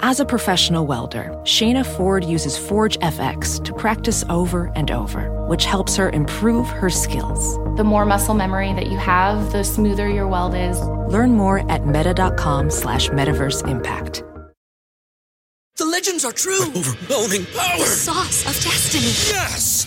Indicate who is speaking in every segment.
Speaker 1: As a professional welder, Shayna Ford uses Forge FX to practice over and over, which helps her improve her skills.
Speaker 2: The more muscle memory that you have, the smoother your weld is.
Speaker 1: Learn more at meta.com slash metaverse impact.
Speaker 3: The legends are true.
Speaker 4: Overwhelming power!
Speaker 3: Sauce of destiny.
Speaker 4: Yes!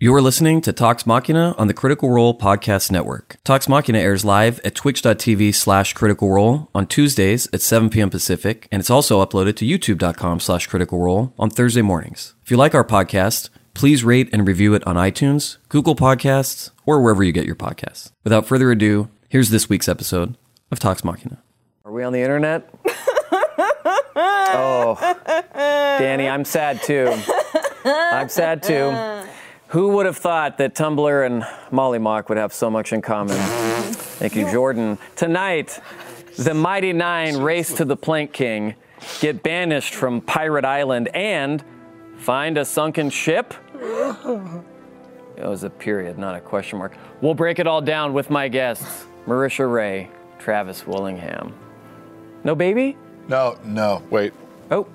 Speaker 5: You're listening to Talks Machina on the Critical Role Podcast Network. Talks Machina airs live at twitch.tv slash critical role on Tuesdays at 7 p.m. Pacific, and it's also uploaded to youtube.com slash critical role on Thursday mornings. If you like our podcast, please rate and review it on iTunes, Google Podcasts, or wherever you get your podcasts. Without further ado, here's this week's episode of Talks Machina.
Speaker 6: Are we on the internet? oh, Danny, I'm sad too. I'm sad too. Who would have thought that Tumblr and Molly Mock would have so much in common? Thank you, Jordan. Tonight, the Mighty Nine race to the Plank King, get banished from Pirate Island, and find a sunken ship? It was a period, not a question mark. We'll break it all down with my guests, Marisha Ray, Travis Willingham. No baby?
Speaker 7: No, no, wait.
Speaker 6: Oh,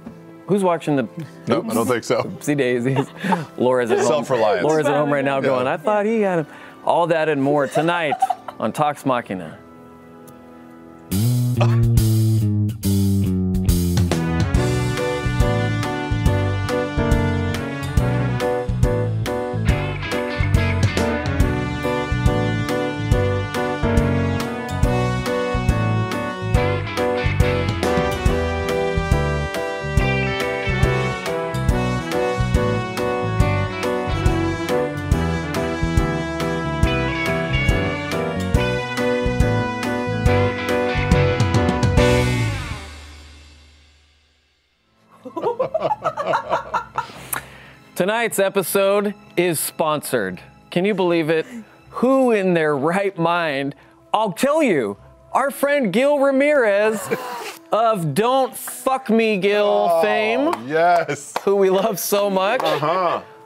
Speaker 6: who's watching the
Speaker 7: No, I don't think so.
Speaker 6: Oopsie daisies. Laura's at home.
Speaker 7: Self-reliance.
Speaker 6: Laura's at home right now going, I thought he had him. All that and more tonight on Talks Machina. Tonight's episode is sponsored. Can you believe it? Who in their right mind? I'll tell you, our friend Gil Ramirez of Don't Fuck Me Gil fame.
Speaker 7: Yes.
Speaker 6: who we love so much.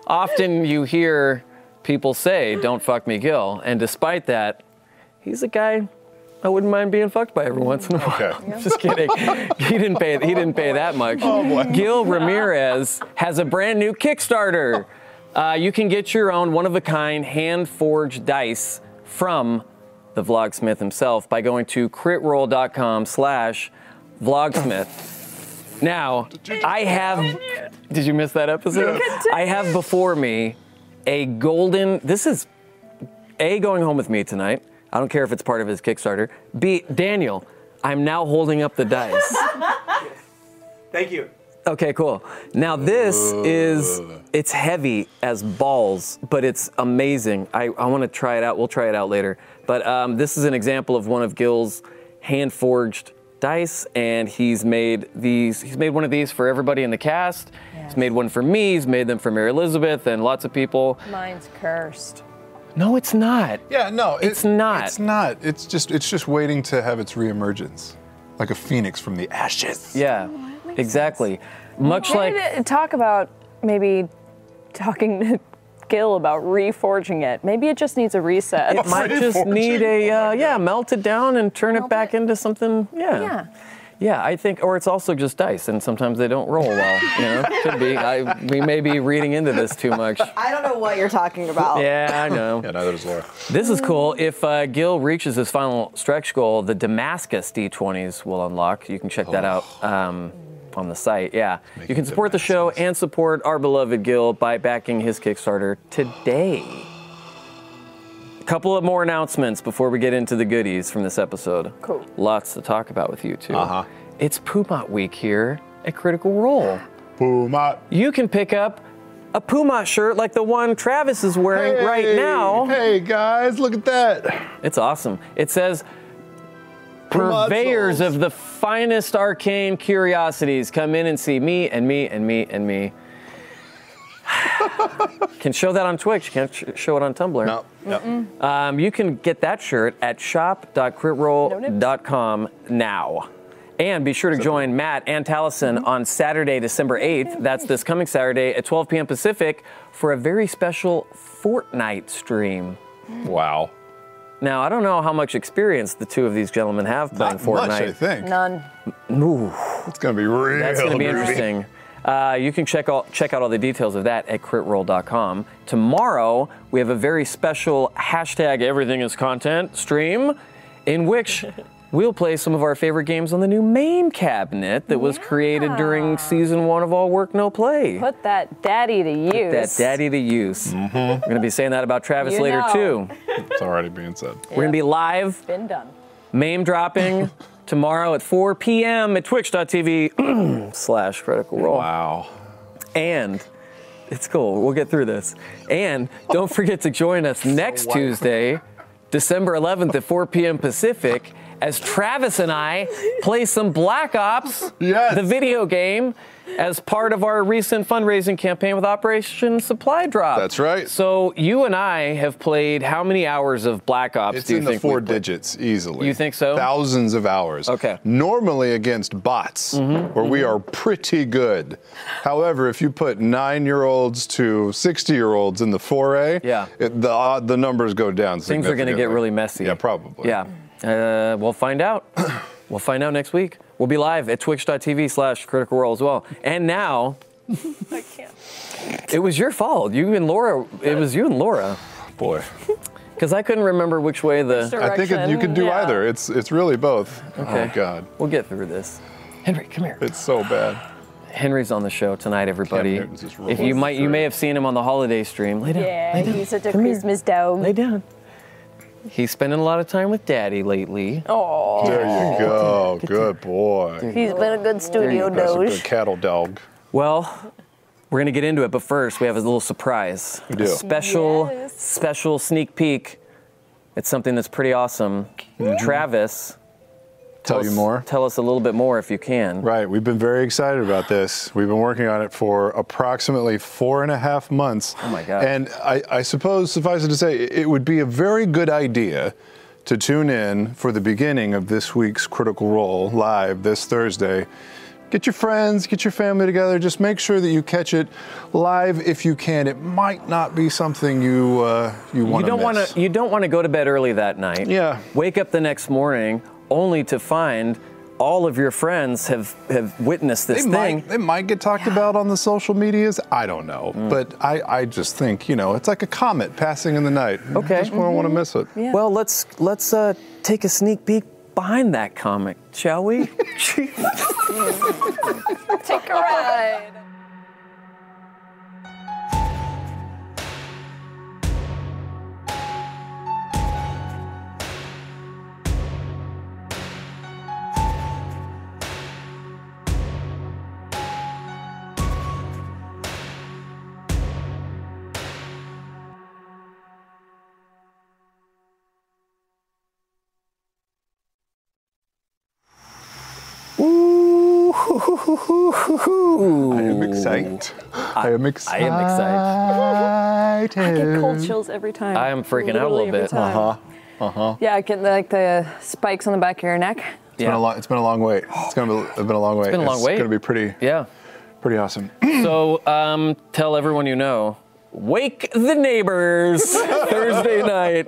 Speaker 6: Often you hear people say, Don't fuck me, Gil. And despite that, he's a guy I wouldn't mind being fucked by every once in a while.
Speaker 7: Okay.
Speaker 6: Just kidding. He didn't pay he didn't pay that much. Gil Ramirez has a brand new Kickstarter. Uh, you can get your own one of a kind hand forged dice from the vlogsmith himself by going to critroll.com slash vlogsmith. Now, I have. Did you miss that episode? I have before me a golden. This is A, going home with me tonight. I don't care if it's part of his Kickstarter. B, Daniel, I'm now holding up the dice.
Speaker 8: Thank you.
Speaker 6: Okay, cool. Now, this is. It's heavy as balls, but it's amazing. I, I want to try it out. We'll try it out later. But um, this is an example of one of Gil's hand forged dice and he's made these he's made one of these for everybody in the cast he's made one for me he's made them for mary elizabeth and lots of people
Speaker 9: Mine's cursed.
Speaker 6: no it's not
Speaker 7: Yeah, no, it-
Speaker 6: It's not.
Speaker 7: It's not. It's just it's just waiting to have its reemergence. Like a phoenix from the ashes.
Speaker 6: yeah exactly much like
Speaker 9: talk about maybe talking to Gil about reforging it. Maybe it just needs a reset.
Speaker 6: it might just need a uh, yeah melt it down and turn it back into something yeah
Speaker 9: yeah.
Speaker 6: Yeah, I think, or it's also just dice, and sometimes they don't roll well. You know, could be. I, we may be reading into this too much.
Speaker 10: I don't know what you're talking about.
Speaker 6: Yeah, I know.
Speaker 7: Yeah, neither does Laura.
Speaker 6: This is cool. If uh, Gil reaches his final stretch goal, the Damascus D20s will unlock. You can check that out um, on the site. Yeah. You can support the show and support our beloved Gil by backing his Kickstarter today. A couple of more announcements before we get into the goodies from this episode.
Speaker 9: Cool.
Speaker 6: Lots to talk about with you, too. Uh-huh. It's Pumat Week here at Critical Role
Speaker 7: Puma.
Speaker 6: you can pick up a Puma shirt like the one Travis is wearing right now.
Speaker 7: Hey guys, look at that.
Speaker 6: It's awesome. It says,
Speaker 7: Puma
Speaker 6: Purveyors
Speaker 7: souls.
Speaker 6: of the finest arcane curiosities, come in and see me and me and me and me. Can show that on Twitch. Can't sh- show it on Tumblr. No. Um, you can get that shirt at shop.critroll.com now. And be sure to join Matt and Taliesin
Speaker 7: Mm-hmm.
Speaker 6: on Saturday, December 8th. That's this coming Saturday at 12 p.m. Pacific for a very special Fortnite stream.
Speaker 11: Wow.
Speaker 6: Now, I don't know how much experience the two of these gentlemen have playing
Speaker 7: Not
Speaker 6: Fortnite.
Speaker 7: much, I think.
Speaker 9: None.
Speaker 6: Ooh.
Speaker 7: It's gonna be real.
Speaker 6: That's going to be
Speaker 7: groovy.
Speaker 6: interesting. Uh, you can check out check out all the details of that at critroll.com. Tomorrow we have a very special hashtag Everything Is Content stream, in which we'll play some of our favorite games on the new main cabinet that was created during season one of All Work No Play.
Speaker 9: Put that daddy to use.
Speaker 6: that daddy to use. We're going to be saying that about Travis
Speaker 9: You
Speaker 6: later
Speaker 9: know.
Speaker 6: too.
Speaker 7: It's already being said.
Speaker 6: We're going to be live
Speaker 9: Been done.
Speaker 6: Mame dropping tomorrow at 4 p.m. at twitch.tv slash critical role. Wow. And it's cool. We'll get through this. And don't forget to join us next Tuesday, December 11th at 4 p.m. Pacific, as Travis and I play some Black Ops, the video game, as part of our recent fundraising campaign with Operation Supply Drop.
Speaker 7: That's right.
Speaker 6: So you and I have played how many hours of Black Ops
Speaker 7: It's
Speaker 6: do you
Speaker 7: in the
Speaker 6: think
Speaker 7: four
Speaker 6: we played?
Speaker 7: digits easily.
Speaker 6: You think so?
Speaker 7: Thousands of hours.
Speaker 6: Okay. Mm-hmm,
Speaker 7: Normally against bots, where we are pretty good. However, if you put nine-year-olds to sixty-year-olds in the foray,
Speaker 6: Yeah.
Speaker 7: it, the odd, the numbers go down.
Speaker 6: Things are going to get
Speaker 7: significantly.
Speaker 6: really messy.
Speaker 7: Yeah, probably.
Speaker 6: Yeah. Uh, we'll find out. we'll find out next week. We'll be live at twitch.tv slash critical role as well. And now. I can't. It was your fault. You and Laura. It was you and Laura.
Speaker 7: Boy,
Speaker 6: Because I couldn't remember which way the.
Speaker 7: I think it, you could do
Speaker 9: yeah.
Speaker 7: either. It's it's really both.
Speaker 6: Okay.
Speaker 7: Oh God,
Speaker 6: We'll get through this. Henry, come here.
Speaker 7: it's so bad.
Speaker 6: Henry's on the show tonight, everybody.
Speaker 7: Newton's just
Speaker 6: If
Speaker 7: rolling
Speaker 6: you might, you
Speaker 7: through.
Speaker 6: may have seen him on the holiday stream. Lay down.
Speaker 9: Yeah,
Speaker 6: lay down.
Speaker 9: he's such a
Speaker 6: Come here.
Speaker 9: Christmas dog.
Speaker 6: Lay down. He's spending a lot of time with Daddy lately.
Speaker 9: Oh,
Speaker 7: There you go. Good boy.
Speaker 9: he's been a good studio
Speaker 7: That's a good
Speaker 9: doge.
Speaker 7: cattle dog.
Speaker 6: Well, we're gonna get into it, but first we have a little surprise. We
Speaker 7: do.
Speaker 6: A special,
Speaker 9: Yes.
Speaker 6: special sneak peek. It's something that's pretty awesome.
Speaker 9: Mm-hmm.
Speaker 6: Travis,
Speaker 7: Tell
Speaker 6: us-
Speaker 7: you more.
Speaker 6: Tell us a little bit more if you can.
Speaker 7: Right. We've been very excited about this. We've been working on it for approximately four and a half months. Oh
Speaker 6: my God.
Speaker 7: And I, I suppose, suffice it to say, it would be a very good idea to tune in for the beginning of this week's Critical Role live this Thursday. Get your friends, get your family together. Just make sure that you catch it live if you can. It might not be something you uh, you
Speaker 6: You
Speaker 7: want
Speaker 6: don't want to. You don't want to go to bed early that night.
Speaker 7: Yeah.
Speaker 6: Wake up the next morning only to find all of your friends have have witnessed this
Speaker 7: They
Speaker 6: thing.
Speaker 7: might, they might get talked about on the social medias. I don't know. But I, I just think, you know, it's like a comet passing in the night.
Speaker 6: Okay.
Speaker 7: Just wouldn't want to miss it.
Speaker 6: Well, let's let's uh, take a sneak peek behind that comic, shall we?
Speaker 9: Take a ride.
Speaker 7: I am excited. I, am
Speaker 6: I
Speaker 7: excited.
Speaker 6: am excited.
Speaker 9: I get cold chills every time.
Speaker 6: I am freaking out a
Speaker 9: Literally
Speaker 6: little
Speaker 9: every
Speaker 6: bit.
Speaker 9: time.
Speaker 7: Uh-huh.
Speaker 9: Yeah, I get like the spikes on the back of your neck.
Speaker 7: It's been a long, it's been a long wait. It's gonna be, it's been a long wait. It's
Speaker 6: been a long wait.
Speaker 7: It's gonna be pretty,
Speaker 6: Yeah.
Speaker 7: pretty awesome.
Speaker 6: So um, tell everyone you know. Wake the neighbors Thursday night.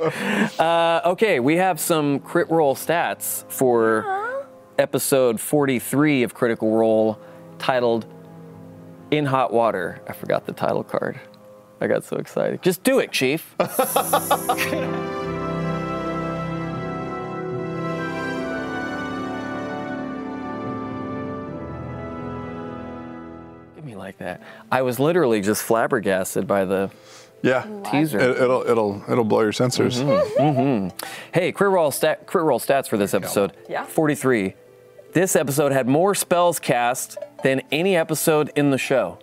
Speaker 6: Uh, okay, we have some crit roll stats for episode 43 of Critical Role titled In Hot Water. I forgot the title card. I got so excited. Just do it, Chief. Give me like that. I was literally just flabbergasted by the
Speaker 7: Yeah.
Speaker 6: teaser.
Speaker 7: It, will it'll it'll blow your sensors.
Speaker 6: Hey, crit roll, stat, crit roll stats for this episode.
Speaker 9: Yeah.
Speaker 6: 43. This episode had more spells cast than any episode in the show.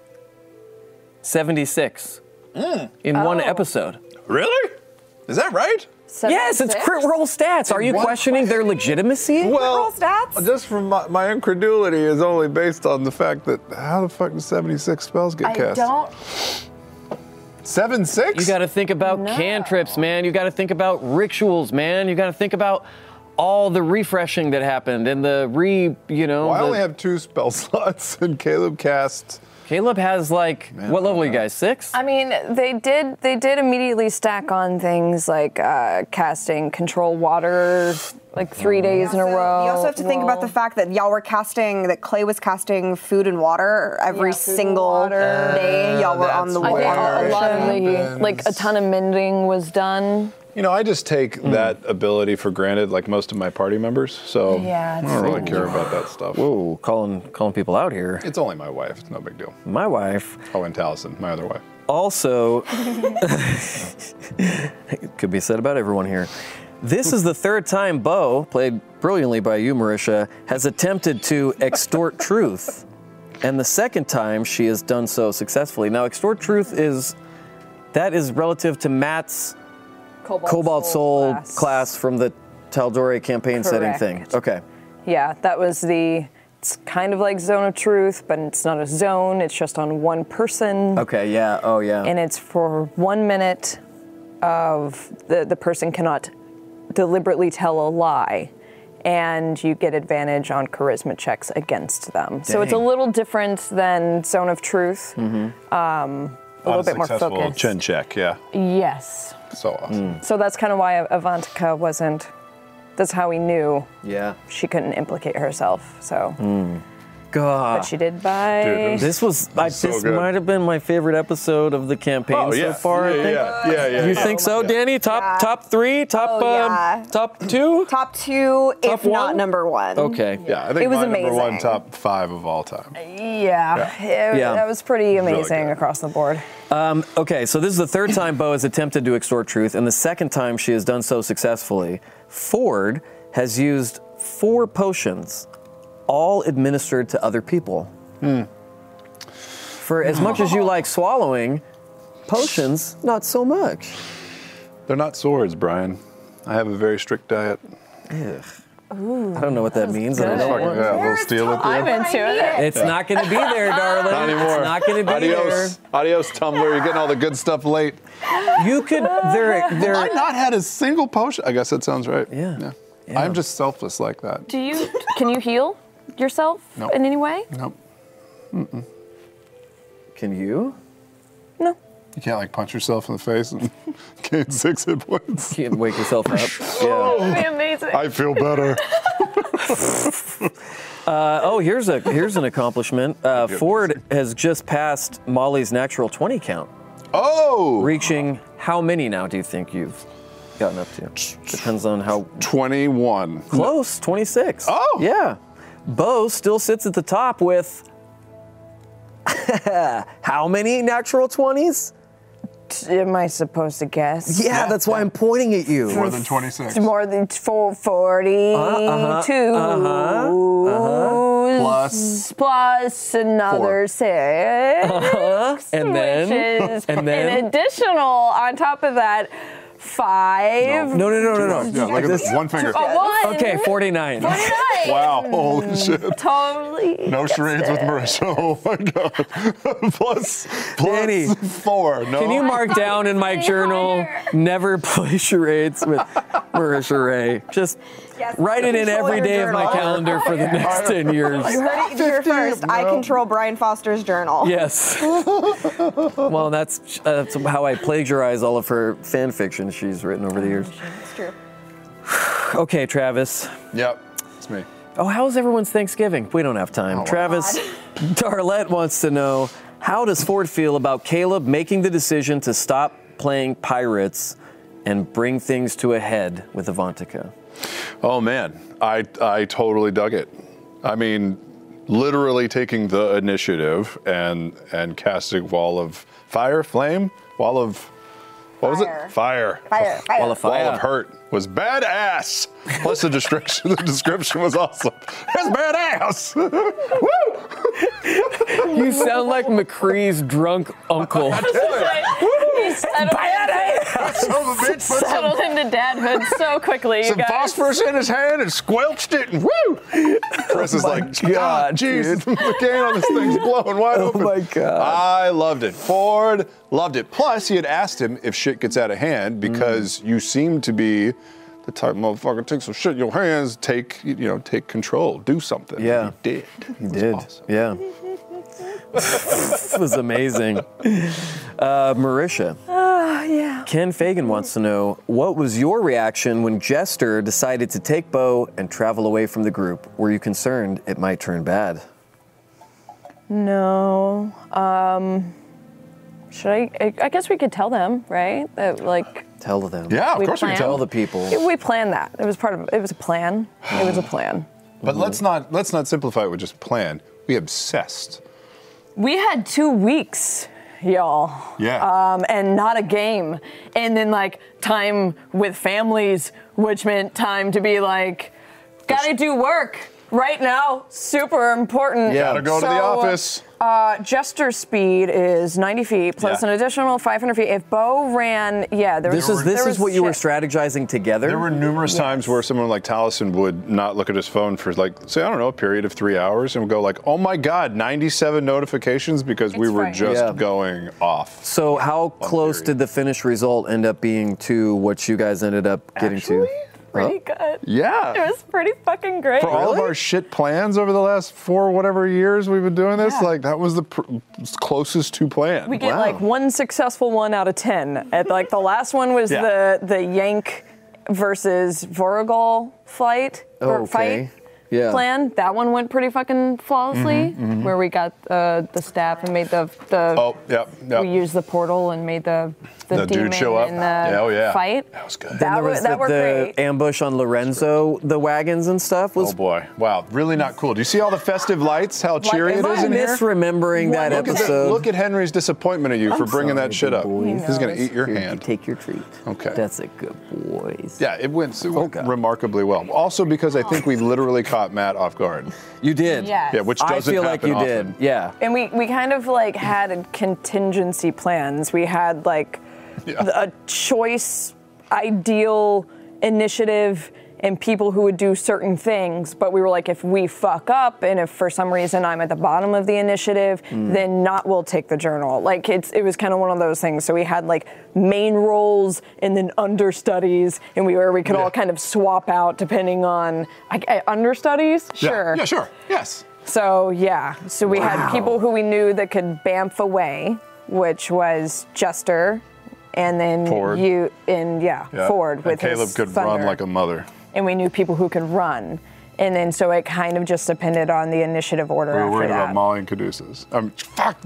Speaker 6: 76
Speaker 9: Hmm.
Speaker 6: in one
Speaker 9: Oh.
Speaker 6: episode.
Speaker 11: Really? Is that right?
Speaker 9: Seven,
Speaker 6: Yes, it's
Speaker 9: six.
Speaker 6: crit roll stats. Are you
Speaker 7: one
Speaker 6: questioning their legitimacy?
Speaker 7: Well, uh,
Speaker 9: Roll stats?
Speaker 7: just from my, my incredulity is only based on the fact that how the fuck does 76 spells get
Speaker 9: I
Speaker 7: cast?
Speaker 9: don't.
Speaker 7: Seven six.
Speaker 6: You got to think about cantrips, man. You got to think about rituals, man. You got to think about all the refreshing that happened and the re, you know.
Speaker 7: Well, I
Speaker 6: the-
Speaker 7: only have two spell slots, and Caleb casts.
Speaker 6: Caleb has like what level are you guys? Six.
Speaker 9: I mean, they did they did immediately stack on things like uh, casting control water like three
Speaker 6: Mm.
Speaker 9: days in a row.
Speaker 10: You also have to think about the fact that y'all were casting, that Clay was casting food and water every single
Speaker 6: Uh,
Speaker 10: day. Y'all were on the
Speaker 9: I
Speaker 10: water.
Speaker 9: think a lot of the,
Speaker 7: happens.
Speaker 9: like a ton of mending was done.
Speaker 7: You know, I just take that ability for granted, like most of my party members. So
Speaker 9: Yeah,
Speaker 7: I
Speaker 9: it's-
Speaker 7: don't really care about that stuff.
Speaker 6: Whoa, calling calling people out here.
Speaker 7: It's only my wife. It's no big deal.
Speaker 6: My wife.
Speaker 7: Oh, and Taliesin, my other wife.
Speaker 6: Also, it could be said about everyone here. This is the third time Bo, played brilliantly by you, Marisha, has attempted to extort truth. And the second time she has done so successfully. Now, extort truth is that is relative to Matt's
Speaker 9: Cobalt,
Speaker 6: Cobalt Soul, class. from the Taldore campaign setting
Speaker 9: Correct.
Speaker 6: thing. Okay.
Speaker 9: Yeah, that was the. It's kind of like zone of truth, but it's not a zone. It's just on one person.
Speaker 6: Okay, yeah. Oh, yeah.
Speaker 9: and it's for one minute of the, the person cannot deliberately tell a lie and you get advantage on charisma checks against them so it's a
Speaker 6: Dang. Mm-hmm.
Speaker 9: little different than zone of truth um, a little bit more focused
Speaker 7: Chin check, yeah.
Speaker 9: yes
Speaker 7: So awesome.
Speaker 9: so that's kind of why avantika wasn't that's how we knew
Speaker 6: Yeah.
Speaker 9: she couldn't implicate herself so
Speaker 6: God.
Speaker 9: but she did by
Speaker 6: this Mm. was, I,
Speaker 9: so
Speaker 6: this
Speaker 9: good.
Speaker 6: might have been my favorite episode of the campaign
Speaker 11: Oh, yeah.
Speaker 6: so
Speaker 11: Yeah,
Speaker 6: far. I think.
Speaker 11: yeah, yeah, yeah,
Speaker 6: You
Speaker 11: yeah.
Speaker 6: think so,
Speaker 11: Yeah.
Speaker 6: Danny? Top top three, top
Speaker 10: Oh,
Speaker 6: um,
Speaker 10: yeah.
Speaker 6: top two,
Speaker 10: top two,
Speaker 6: Top
Speaker 10: if not
Speaker 6: one?
Speaker 10: number one.
Speaker 6: Okay.
Speaker 7: Yeah, I think
Speaker 10: It was
Speaker 7: my number one
Speaker 10: amazing.
Speaker 7: top five of all time.
Speaker 9: yeah, It-
Speaker 6: Yeah.
Speaker 9: that was pretty
Speaker 6: Really
Speaker 9: amazing across the board
Speaker 6: Um, okay, so this is the third time Bo has attempted to extort truth, and the second time she has done so successfully. Ford has used four potions, all administered to other people.
Speaker 7: Hmm.
Speaker 6: For as much as you like swallowing, potions, not so much.
Speaker 7: They're not swords, Brian. I have a very strict diet.
Speaker 6: I don't know what that means. and I don't
Speaker 7: Fucking-
Speaker 6: want
Speaker 7: Oh, yeah,
Speaker 6: to.
Speaker 7: a little steel up
Speaker 9: i'm
Speaker 7: there.
Speaker 9: into it
Speaker 6: It's not going to be there, darling.
Speaker 7: Not anymore.
Speaker 6: It's not going to be
Speaker 7: Adios. Adios, Tumblr. You're getting all the good stuff late.
Speaker 6: there. You could. There. There.
Speaker 7: I've not had a single potion. I guess that sounds right.
Speaker 6: Yeah.
Speaker 7: I'm just selfless like that.
Speaker 9: Do you can you heal yourself
Speaker 7: No.
Speaker 9: in any way?
Speaker 7: Nope.
Speaker 6: Can you?
Speaker 9: No.
Speaker 7: You can't like punch yourself in the face and gain six hit points.
Speaker 6: Can't wake yourself up. Yeah.
Speaker 9: That'd be amazing.
Speaker 7: I feel better.
Speaker 6: Uh, oh, here's a here's an accomplishment. Uh,
Speaker 7: Goodness.
Speaker 6: Ford has just passed Molly's natural twenty count,
Speaker 7: Oh!
Speaker 6: reaching how many now? Do you think you've gotten up to? Depends on how
Speaker 7: 21.
Speaker 6: close. Twenty six.
Speaker 7: Oh!
Speaker 6: yeah. Bo still sits at the top with how many natural twenties?
Speaker 9: Am I supposed to guess?
Speaker 6: Yeah, that's why I'm pointing at you.
Speaker 7: More than 26.
Speaker 9: It's more than 442.
Speaker 6: Uh-huh.
Speaker 7: Plus.
Speaker 9: plus another
Speaker 7: Four.
Speaker 9: 6
Speaker 6: And then-
Speaker 9: which is
Speaker 6: and then-
Speaker 9: an additional on top of that five.
Speaker 6: No, no, no, no, no.
Speaker 7: Oh, Yeah, look at this. One finger.
Speaker 9: A one.
Speaker 6: Okay, forty nine.
Speaker 7: Wow, holy shit.
Speaker 9: Totally.
Speaker 7: No
Speaker 9: guessed
Speaker 7: charades with
Speaker 9: it.
Speaker 7: Marisha. Oh my god. plus plus
Speaker 6: Danny,
Speaker 7: four. No.
Speaker 6: Can you mark down in my
Speaker 2: way
Speaker 6: journal,
Speaker 2: higher.
Speaker 6: never play charades with Marisha Ray? Just write it in
Speaker 10: control
Speaker 6: every
Speaker 10: your
Speaker 6: day of my
Speaker 10: journal.
Speaker 6: calendar for the next 10 years.
Speaker 10: You heard it here first. I control Brian Foster's journal.
Speaker 6: Yes. well, that's, uh, that's how I plagiarize all of her fan fiction she's written over the years.
Speaker 10: It's true.
Speaker 6: Okay, Travis.
Speaker 7: Yep. It's me.
Speaker 6: Oh, how's everyone's Thanksgiving? We don't have
Speaker 10: Oh,
Speaker 6: time. Travis, Darlette wants to know how does Ford feel about Caleb making the decision to stop playing pirates and bring things to a head with Avantika?
Speaker 7: Oh man, I I totally dug it. I mean, literally taking the initiative and and casting wall of fire, flame, wall of what was
Speaker 10: Fire.
Speaker 7: it? Fire.
Speaker 10: Fire, fire.
Speaker 6: Wall of fire.
Speaker 7: Wall of hurt was badass. Plus the description. the description was awesome. It's badass. Woo!
Speaker 6: You sound like McCree's drunk uncle.
Speaker 7: Anyway,
Speaker 9: It's
Speaker 7: Son of a bitch, put some-
Speaker 12: Settled into dadhood so quickly, you
Speaker 7: Some
Speaker 12: guys.
Speaker 7: phosphorus in his hand and squelched it and woo! Chris is like, Oh God, Jesus, the game on this thing's blowing wide open. Oh my God.
Speaker 11: I loved it. Ford loved it.
Speaker 7: Plus, he had asked him if shit gets out of hand because you seem to be the type motherfucker takes some shit in your hands, take you know, take control, do something. Yeah, he did. He did.
Speaker 6: Yeah. this was amazing. Uh, Marisha,
Speaker 9: Oh, yeah.
Speaker 6: Ken Fagan wants to know what was your reaction when Jester decided to take Bo and travel away from the group? Were you concerned it might turn bad?
Speaker 12: No. Um, should I, I? I guess we could tell them, right? That like
Speaker 6: Tell them.
Speaker 12: Yeah, of We course we
Speaker 6: we
Speaker 12: can.
Speaker 6: tell the people.
Speaker 12: we planned that. It was part of. It was a plan. It was a plan.
Speaker 7: But let's not let's not simplify it with just plan. We obsessed.
Speaker 9: We had two weeks, y'all.
Speaker 7: Yeah.
Speaker 9: Um, and not a game. And then, like, time with families, which meant time to be like, gotta do work right now. Super important.
Speaker 7: Yeah. Gotta go to the office.
Speaker 9: Uh, Jester's speed is 90 feet plus
Speaker 6: Yeah.
Speaker 9: an additional 500 feet. If Bo ran, yeah, there
Speaker 6: This
Speaker 9: was
Speaker 6: is this
Speaker 9: there
Speaker 6: is
Speaker 9: was
Speaker 6: what you were
Speaker 9: shit.
Speaker 6: strategizing together.
Speaker 7: There were numerous times where someone like Tallison would not look at his phone for like, say, I don't know, a period of three hours and would go like, oh my God, 97 notifications because we were just
Speaker 6: Yeah.
Speaker 7: going off.
Speaker 6: So how close did the finished result end up being to what you guys ended up getting to? Oh.
Speaker 12: Pretty good.
Speaker 7: Yeah.
Speaker 12: It was pretty fucking great.
Speaker 7: For all of our shit plans over the last four whatever years we've been doing this, like that was the pr- closest to plan.
Speaker 9: We get like one successful one out of ten. At like the last one was
Speaker 7: Yeah.
Speaker 9: the the Yank versus Voragol flight or
Speaker 6: Oh, Okay.
Speaker 9: fight
Speaker 6: Yeah.
Speaker 9: plan. That one went pretty fucking flawlessly,
Speaker 6: Mhm, mhm.
Speaker 9: where we got uh, the staff and made the the.
Speaker 7: Oh, yep, yep.
Speaker 9: We used the portal and made the the,
Speaker 6: The dude
Speaker 9: demon
Speaker 6: show up.
Speaker 9: in the
Speaker 6: Yeah, oh, yeah.
Speaker 9: fight.
Speaker 7: That was good.
Speaker 9: That, was, that
Speaker 6: the,
Speaker 9: worked
Speaker 6: the
Speaker 9: great.
Speaker 6: ambush on Lorenzo, the wagons and stuff was.
Speaker 7: Oh boy! Wow, really not cool. Do you see all the festive lights? How cheery
Speaker 6: am
Speaker 7: it is
Speaker 6: I
Speaker 7: in here.
Speaker 6: misremembering that
Speaker 7: look At
Speaker 6: episode?
Speaker 7: look at Henry's disappointment at you for
Speaker 6: I'm
Speaker 7: bringing that
Speaker 6: sorry,
Speaker 7: shit up.
Speaker 6: big boy.
Speaker 7: He's gonna
Speaker 6: No,
Speaker 7: eat your
Speaker 6: it's-
Speaker 7: hand.
Speaker 6: Take your treat.
Speaker 7: Okay.
Speaker 6: That's a good boy.
Speaker 7: Yeah, it went, it went remarkably well. Also because I think we literally caught Matt off guard.
Speaker 6: You did.
Speaker 9: Yes.
Speaker 7: Yeah, which
Speaker 6: I
Speaker 7: doesn't
Speaker 6: feel like
Speaker 7: happen
Speaker 6: you did,
Speaker 7: often.
Speaker 6: Yeah.
Speaker 9: And we, we kind of like had contingency plans. We had like a choice, ideal initiative, and people who would do certain things. But we were like, if we fuck up, and if for some reason I'm at the bottom of the initiative,
Speaker 12: Mm.
Speaker 9: then not will take the journal. Like it's it was kind of one of those things. So we had like main roles and then understudies, and we where we could all kind of swap out depending on I, I- understudies.
Speaker 7: Yeah.
Speaker 9: Sure.
Speaker 7: Yeah, sure. Yes.
Speaker 9: So yeah, so we had people who we knew that could bamf away, which was Jester, and then
Speaker 7: Ford.
Speaker 9: you and yeah,
Speaker 7: Yeah.
Speaker 9: Ford with
Speaker 7: and Caleb
Speaker 9: his
Speaker 7: could
Speaker 9: thunder.
Speaker 7: run like a mother.
Speaker 9: and we knew people who could run, and then so it kind of just depended on the initiative order
Speaker 7: We were
Speaker 9: after
Speaker 7: worried
Speaker 9: that.
Speaker 7: about Molly and Caduceus. Um, fuck.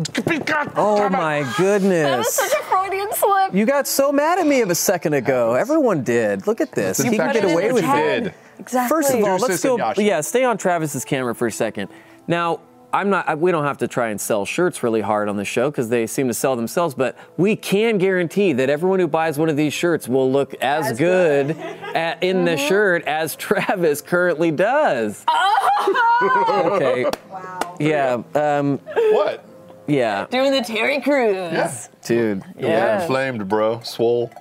Speaker 6: Oh my goodness.
Speaker 12: Such a Freudian slip.
Speaker 6: You got so mad at me a second ago. Everyone did. Look at this.
Speaker 12: That's
Speaker 6: he can
Speaker 12: exactly
Speaker 6: get away
Speaker 12: what
Speaker 6: with
Speaker 12: you
Speaker 6: it.
Speaker 12: did. Exactly.
Speaker 6: First of all, let's
Speaker 12: Caduceus and
Speaker 6: go.
Speaker 12: Yasha.
Speaker 6: Yeah, stay on Travis's camera for a second. Now, I'm not. I- We don't have to try and sell shirts really hard on the show because they seem to sell themselves. But we can guarantee that everyone who buys one of these shirts will look as, good, Mm-hmm. at, in the shirt as Travis currently does. okay. Oh. Wow. Yeah. Um,
Speaker 7: what?
Speaker 6: Yeah,
Speaker 9: Doing the Terry Crews.
Speaker 6: dude.
Speaker 7: You're inflamed, bro. Swole.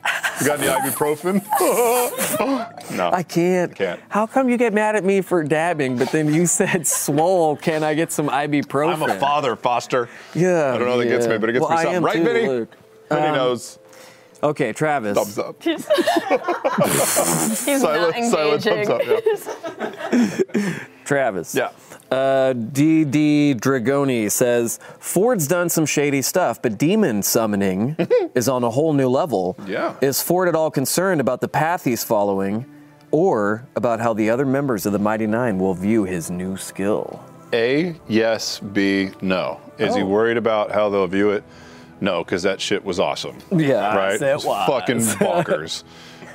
Speaker 7: You got any ibuprofen? no.
Speaker 6: I can't.
Speaker 7: Can't.
Speaker 6: How come you get mad at me for dabbing, but then you said swole? Can I get some ibuprofen?
Speaker 7: I'm a father, Foster.
Speaker 6: Yeah.
Speaker 7: I don't know that gets
Speaker 6: yeah.
Speaker 7: me, but it gets
Speaker 6: Well,
Speaker 7: me
Speaker 6: I
Speaker 7: something.
Speaker 6: am
Speaker 7: Right,
Speaker 6: too,
Speaker 7: Vinny?
Speaker 6: Luke.
Speaker 7: Vinny
Speaker 6: Um,
Speaker 7: knows.
Speaker 6: Okay, Travis.
Speaker 7: Thumbs up.
Speaker 12: He's
Speaker 7: Silent-
Speaker 12: not
Speaker 7: silent
Speaker 12: engaging.
Speaker 7: thumbs up,
Speaker 6: Travis. Yeah. Uh, DD Dragoni says Ford's done some shady stuff, but demon summoning is on a whole new level.
Speaker 7: Yeah.
Speaker 6: Is Ford at all concerned about the path he's following, or about how the other members of the Mighty Nine will view his new skill?
Speaker 7: A, yes. B, no. Is he
Speaker 6: Oh.
Speaker 7: worried about how they'll view it? No, because that shit was awesome.
Speaker 6: Yeah,
Speaker 7: right.
Speaker 6: yes, it was.
Speaker 7: fucking bonkers.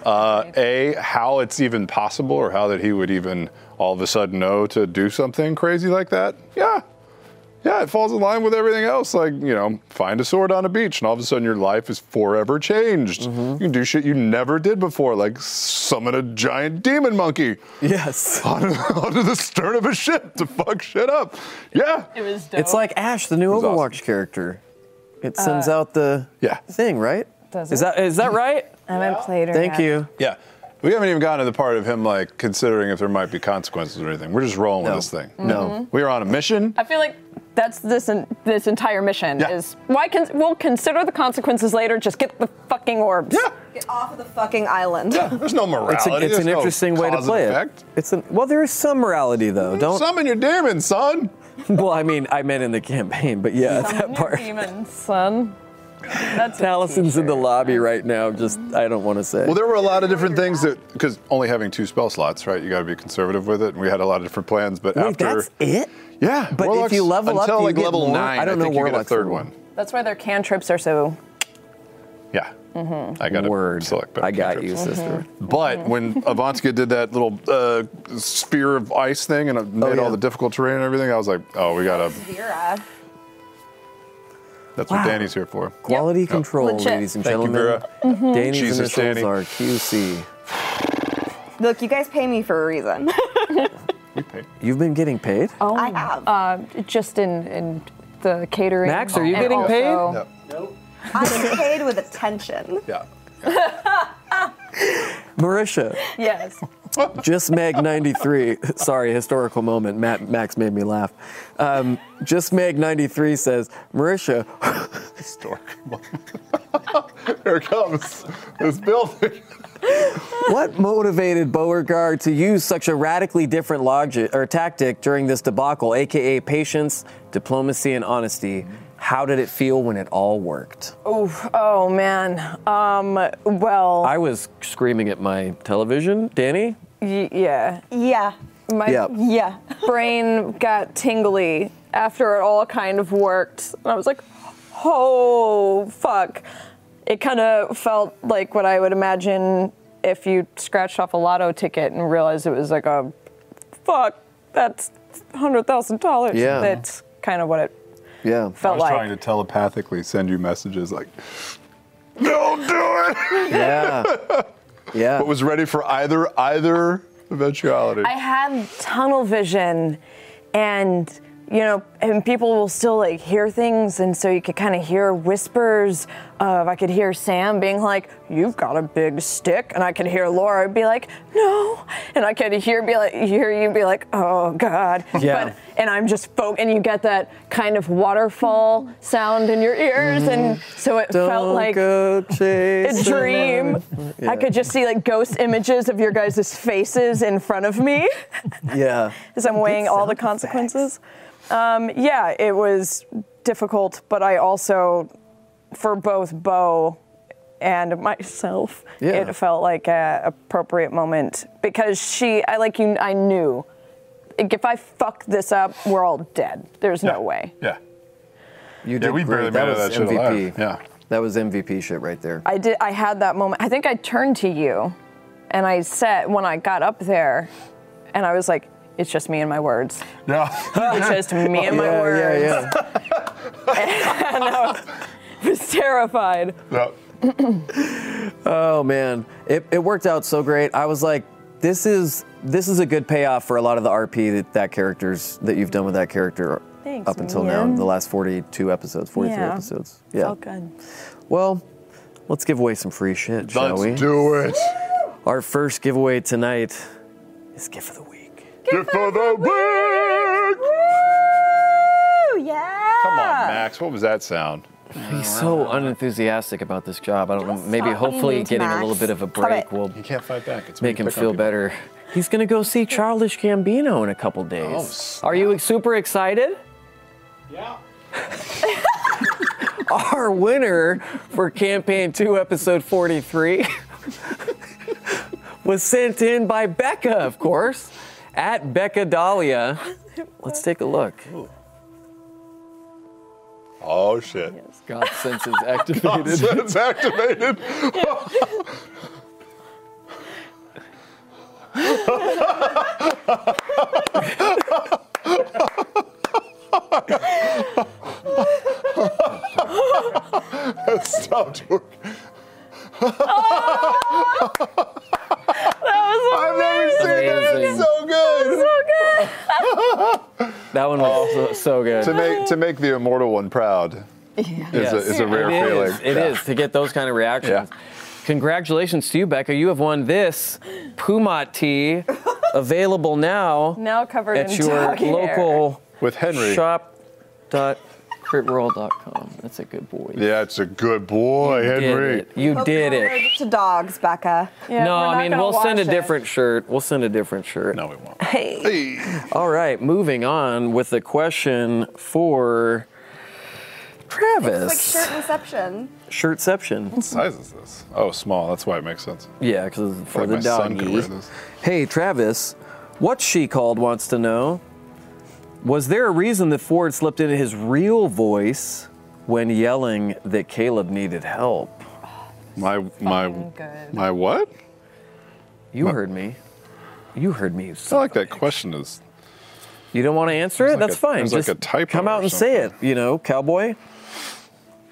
Speaker 7: Uh, a, how it's even possible, or how that he would even all of a sudden know to do something crazy like that. Yeah, yeah, it falls in line with everything else. Like you know, find a sword on a beach, and all of a sudden your life is forever changed.
Speaker 6: Mm-hmm.
Speaker 7: You can do shit you never did before, like summon a giant demon monkey.
Speaker 6: Yes,
Speaker 7: onto, onto the stern of a ship to fuck shit up. Yeah,
Speaker 12: It was dope.
Speaker 6: It's like Ash, the new Overwatch character. It sends out the thing, right?
Speaker 9: Does
Speaker 6: Is that is that right?
Speaker 9: I haven't played her. yet.
Speaker 7: Yeah. We haven't even gotten to the part of him like considering if there might be consequences or anything. We're just rolling with this thing.
Speaker 12: No.
Speaker 7: We are on a mission.
Speaker 12: Mm-hmm. I feel like that's this en- this entire mission is why can we'll consider the consequences later. Just get the fucking orbs. Yeah.
Speaker 10: Get off of the fucking island. Yeah,
Speaker 7: there's no
Speaker 6: It's, a, it's an interesting way to play it. It's an, well, there is some morality though. Don't
Speaker 7: summon your demons, son.
Speaker 6: well, I mean, I meant in the campaign, but yeah, that part.
Speaker 12: Demon son. That's
Speaker 6: Allison's in the lobby right now. Just I don't want to say.
Speaker 7: Well, there were a lot of different things that because only having two spell slots, right? You got to be conservative with it, and we had a lot of different plans. But
Speaker 6: Wait,
Speaker 7: after
Speaker 6: that's it.
Speaker 7: Yeah,
Speaker 6: But if you level up,
Speaker 7: until
Speaker 6: you
Speaker 7: like
Speaker 6: get
Speaker 7: level
Speaker 6: more-
Speaker 7: nine,
Speaker 6: I
Speaker 7: I
Speaker 6: don't know
Speaker 7: think you get a
Speaker 6: warlocks
Speaker 7: third
Speaker 6: will-
Speaker 7: one.
Speaker 9: That's why their cantrips are so.
Speaker 7: Yeah.
Speaker 9: Mm-hmm.
Speaker 7: I got word. Select I got you,
Speaker 6: sister.
Speaker 7: But when Avanska did that little uh, sphere of ice thing
Speaker 6: Oh,
Speaker 7: and it made all the difficult terrain and everything, I was like, oh, we gotta.
Speaker 10: Vera.
Speaker 7: That's
Speaker 6: Wow.
Speaker 7: what Danny's here for.
Speaker 6: Quality control,
Speaker 10: Legit.
Speaker 6: ladies and
Speaker 7: Thank you,
Speaker 6: gentlemen.
Speaker 7: Vera. Mhm.
Speaker 6: Danny's
Speaker 7: Jesus,
Speaker 6: initials
Speaker 7: Danny.
Speaker 6: are QC.
Speaker 10: Look, you guys pay me for a reason.
Speaker 6: You've been getting paid.
Speaker 12: Oh, I have. Uh, just in in the catering.
Speaker 6: Max, are you
Speaker 12: and
Speaker 6: getting paid?
Speaker 12: also-
Speaker 10: I am paid with attention.
Speaker 7: Yeah.
Speaker 6: Marisha,
Speaker 12: Yes.
Speaker 6: just Meg 93. Sorry, historical moment. Matt, Max made me laugh. Um, just Meg 93 says, Marisha,
Speaker 7: Historical moment. here it comes. This building.
Speaker 6: what motivated Beauregard to use such a radically different logic or tactic during this debacle, aka patience, diplomacy, and honesty? How did it feel when it all worked?
Speaker 9: Oh, oh man. Um. Well.
Speaker 6: I was screaming at my television, Danny.
Speaker 9: Y- yeah.
Speaker 10: Yeah.
Speaker 9: My
Speaker 6: Yeah.
Speaker 9: yeah. brain got tingly after it all kind of worked. And I was like, oh fuck. It kind of felt like what I would imagine if you scratched off a lotto ticket and realized it was like a fuck, that's hundred thousand dollars.
Speaker 7: Yeah.
Speaker 9: That's kind of what it
Speaker 6: Yeah.
Speaker 9: Felt
Speaker 7: I was
Speaker 9: like-
Speaker 7: trying to telepathically send you messages like, don't do it.
Speaker 6: Yeah. Yeah.
Speaker 7: But was ready for either either eventuality.
Speaker 9: I had tunnel vision, and you know, and people will still like hear things, and so you could kind of hear whispers of. I could hear Sam being like, "You've got a big stick," and I could hear Laura be like, "No," and I could hear be like, hear you be like, "Oh God,"
Speaker 12: Yeah.
Speaker 9: but, and I'm just folk, and you get that kind of waterfall sound in your ears, and
Speaker 7: Mm-hmm.
Speaker 9: so it felt
Speaker 6: Don't
Speaker 9: like
Speaker 6: go
Speaker 9: a
Speaker 6: chase
Speaker 9: dream.
Speaker 6: around.
Speaker 9: I could just see like ghost images of your guys' faces in front of me
Speaker 6: Yeah.
Speaker 9: as I'm weighing all the consequences. Um, yeah, it was difficult, but I also, for both Bo and myself,
Speaker 12: Yeah.
Speaker 9: it felt like an appropriate moment because she, I like you, I knew like, if I fuck this up, we're all dead. There's no way.
Speaker 7: Yeah.
Speaker 6: You did
Speaker 7: Yeah, we barely
Speaker 6: great. That
Speaker 7: made it
Speaker 6: was
Speaker 7: out of that shit
Speaker 6: MVP.
Speaker 7: alive. Yeah.
Speaker 6: That was MVP shit right there.
Speaker 9: I did. I had that moment. I think I turned to you, and I said when I got up there, and I was like, "It's just me and my words.
Speaker 7: Yeah.
Speaker 9: It's just me and my
Speaker 6: Yeah, yeah,
Speaker 9: words." and I was terrified.
Speaker 6: Oh man, it, it worked out so great. I was like, this is this is a good payoff for a lot of the RP that that characters that you've done with that character
Speaker 9: Thanks,
Speaker 6: up until now,
Speaker 9: man.
Speaker 6: the last 42 episodes, 43
Speaker 9: Yeah.
Speaker 6: episodes.
Speaker 9: It's
Speaker 6: Yeah.
Speaker 9: all good.
Speaker 6: Well, let's give away some free shit, shall
Speaker 7: Let's
Speaker 6: we?
Speaker 7: do it.
Speaker 6: Our first giveaway tonight is gift of the week.
Speaker 7: Gift for the week.
Speaker 10: Woo, yeah.
Speaker 7: Come on, Max. What was that sound?
Speaker 6: He's so unenthusiastic about this job. I don't know. Maybe
Speaker 10: not what he
Speaker 6: hopefully
Speaker 10: means,
Speaker 6: getting a
Speaker 10: Max.
Speaker 6: little bit of a
Speaker 10: Stop
Speaker 6: break
Speaker 10: it.
Speaker 6: will
Speaker 7: You can't fight back. It's when
Speaker 6: make
Speaker 7: you
Speaker 6: him
Speaker 7: pick on
Speaker 6: feel
Speaker 7: people.
Speaker 6: better. He's gonna go see Childish Gambino in a couple days. Are you super excited? Yeah. Our winner for campaign two, episode 43, was sent in by Becca, of course, at Becca Dahlia. Let's take a look.
Speaker 7: Oh shit.
Speaker 6: God senses activated.
Speaker 7: It's activated. that stopped working. I've never seen that. It's
Speaker 6: Amazing.
Speaker 7: so good.
Speaker 6: That one was so, so good. Oh.
Speaker 7: to make to make the immortal one proud. It's a- it's a rare
Speaker 6: It
Speaker 7: feeling.
Speaker 6: is, It
Speaker 7: Yeah.
Speaker 6: is, to get those kind of reactions. Congratulations to you, Becca. You have won this Pumat tea, available now.
Speaker 12: Now covered
Speaker 6: at
Speaker 12: in
Speaker 6: your
Speaker 12: doggy hair.
Speaker 6: local
Speaker 7: with Henry
Speaker 6: shop. Dot critworld.com. That's a good boy.
Speaker 7: Yeah, it's a good boy,
Speaker 6: You did
Speaker 7: Henry.
Speaker 6: it. You did it.
Speaker 10: To dogs, Becca.
Speaker 6: no, I mean we'll send a different shirt. We'll send a different shirt. No, we won't.
Speaker 10: Hey.
Speaker 6: All right, moving on with the question for Travis.
Speaker 10: It's like shirt reception.
Speaker 6: Shirtception.
Speaker 7: size is this? Oh, small. That's why it makes sense.
Speaker 6: Yeah, because for
Speaker 7: Like
Speaker 6: the
Speaker 7: my son could wear
Speaker 6: doggy.
Speaker 7: this.
Speaker 6: Hey, Travis, what's she called wants to know. Was there a reason that Ford slipped into his real voice when yelling that Caleb needed help?
Speaker 7: My my my what?
Speaker 6: You heard me. You heard me.
Speaker 7: I like that question. Is
Speaker 6: you don't want to answer it?
Speaker 7: like
Speaker 6: That's
Speaker 7: a-
Speaker 6: fine.
Speaker 7: there's like
Speaker 6: Just
Speaker 7: a typo
Speaker 6: come out
Speaker 7: or
Speaker 6: and say it. You know, cowboy.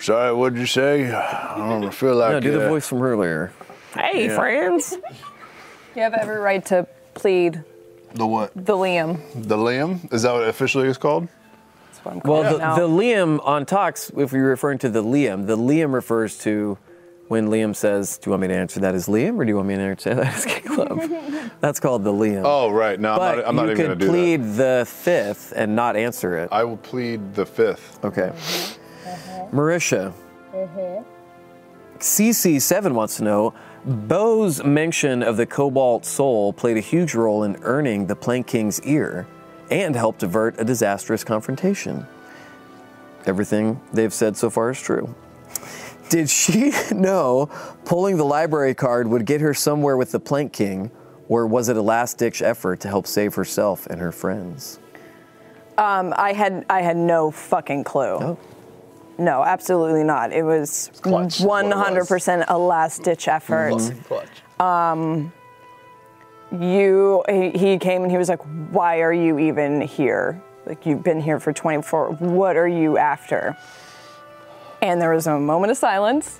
Speaker 11: Sorry, what did you say? I don't feel like.
Speaker 6: no, do the
Speaker 11: uh,
Speaker 6: voice from earlier.
Speaker 9: Hey,
Speaker 11: Yeah.
Speaker 9: friends. You have every right to plead
Speaker 7: The what?
Speaker 9: the Liam.
Speaker 7: The Liam? Is that what it officially is called?
Speaker 6: Well, the,
Speaker 9: No.
Speaker 6: the Liam on Tox, if you're referring to the Liam, the Liam refers to when Liam says, Do you want me to answer that as Liam or do you want me to answer that as Caleb? That's called the Liam.
Speaker 7: Oh, right. No, I'm
Speaker 6: but
Speaker 7: not- I'm not
Speaker 6: you
Speaker 7: even
Speaker 6: could
Speaker 7: gonna do that.
Speaker 6: plead the fifth and not answer it.
Speaker 7: I will plead the fifth.
Speaker 6: Okay. Marisha, CC7 wants to know Bo's mention of the Cobalt Soul played a huge role in earning the Plank King's ear and helped avert a disastrous confrontation. Everything they've said so far is true. Did she know pulling the library card would get her somewhere with the Plank King, or was it a last ditch effort to help save herself and her friends?
Speaker 9: Um, I had I had no fucking clue.
Speaker 6: Oh.
Speaker 9: No, absolutely not. It was
Speaker 12: Clutch is what it
Speaker 9: one
Speaker 12: was.
Speaker 9: hundred percent a last ditch effort. Um, you he, he came and he was like, "Why are you even here? Like you've been here for twenty four. What are you after?" And there was a moment of silence,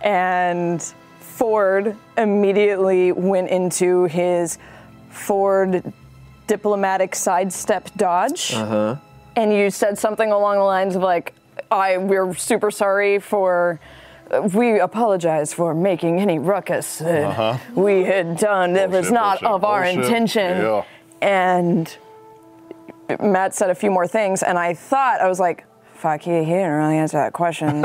Speaker 9: and Ford immediately went into his Ford diplomatic sidestep dodge
Speaker 12: Uh-huh.
Speaker 6: huh.
Speaker 9: and you said something along the lines of like, "I we're super sorry for." We apologize for making any ruckus that
Speaker 12: Uh-huh.
Speaker 9: we had done that was
Speaker 12: Bullshit,
Speaker 9: not
Speaker 12: bullshit,
Speaker 9: of our
Speaker 12: bullshit.
Speaker 9: intention.
Speaker 12: Yeah.
Speaker 9: And Matt said a few more things, and I thought, I was like, fuck, he, he didn't really answer that question.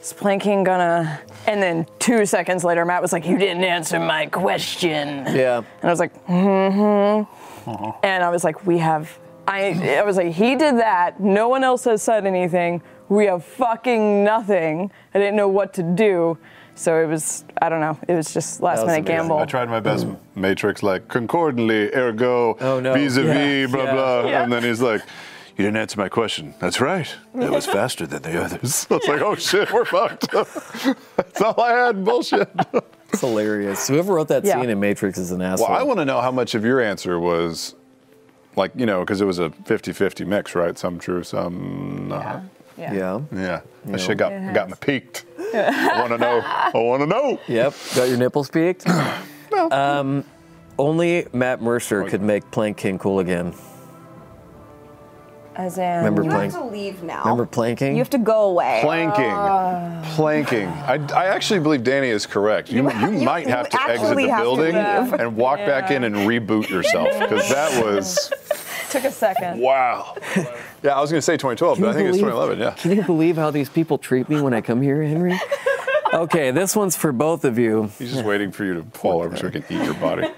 Speaker 9: Is Planking gonna. And then two seconds later, Matt was like, you didn't answer my question.
Speaker 6: Yeah.
Speaker 9: And I was like, mm hmm. And I was like, we have. I, I was like, he did that. No one else has said anything. We have fucking nothing. I didn't know what to do. So it was, I don't know. It was just last minute gamble.
Speaker 7: I tried my best matrix, like concordantly, ergo, vis a
Speaker 11: Yeah.
Speaker 7: vis, blah,
Speaker 11: Yeah.
Speaker 7: blah.
Speaker 11: Yeah.
Speaker 7: And then he's like, You didn't answer my question. That's right. That was faster than the others. I was like, Oh shit, we're fucked. That's all I had. Bullshit.
Speaker 6: It's hilarious. Whoever wrote that
Speaker 7: Yeah.
Speaker 6: scene in Matrix is an asshole.
Speaker 7: Well, I want to know how much of your answer was like, you know, because it was a 50 50 mix, right? Some true, some not.
Speaker 6: Yeah. Yeah.
Speaker 7: Yeah.
Speaker 6: Yeah.
Speaker 7: That shit got,
Speaker 6: It
Speaker 7: got me peaked. I want to know. I want to know.
Speaker 6: Yep. Got your nipples peaked? Um, only Matt Mercer could make Plank King cool again.
Speaker 10: As in,
Speaker 6: Remember
Speaker 10: you
Speaker 6: plank-
Speaker 10: have to leave now.
Speaker 6: Remember planking?
Speaker 10: You have to go away.
Speaker 7: Planking.
Speaker 10: Uh,
Speaker 7: Planking. I, I actually believe Danny is correct. You, you might have to exit
Speaker 10: actually
Speaker 7: the
Speaker 10: have to
Speaker 7: building
Speaker 10: leave.
Speaker 7: and walk back in and reboot yourself because that was
Speaker 9: Took a second.
Speaker 7: wow. Yeah, I was going to say 2012, but I think it's 2011. Yeah.
Speaker 6: Can you believe how these people treat me when I come here, Henry? okay, this one's for both of you.
Speaker 7: He's just waiting for you to fall over so he can eat your body.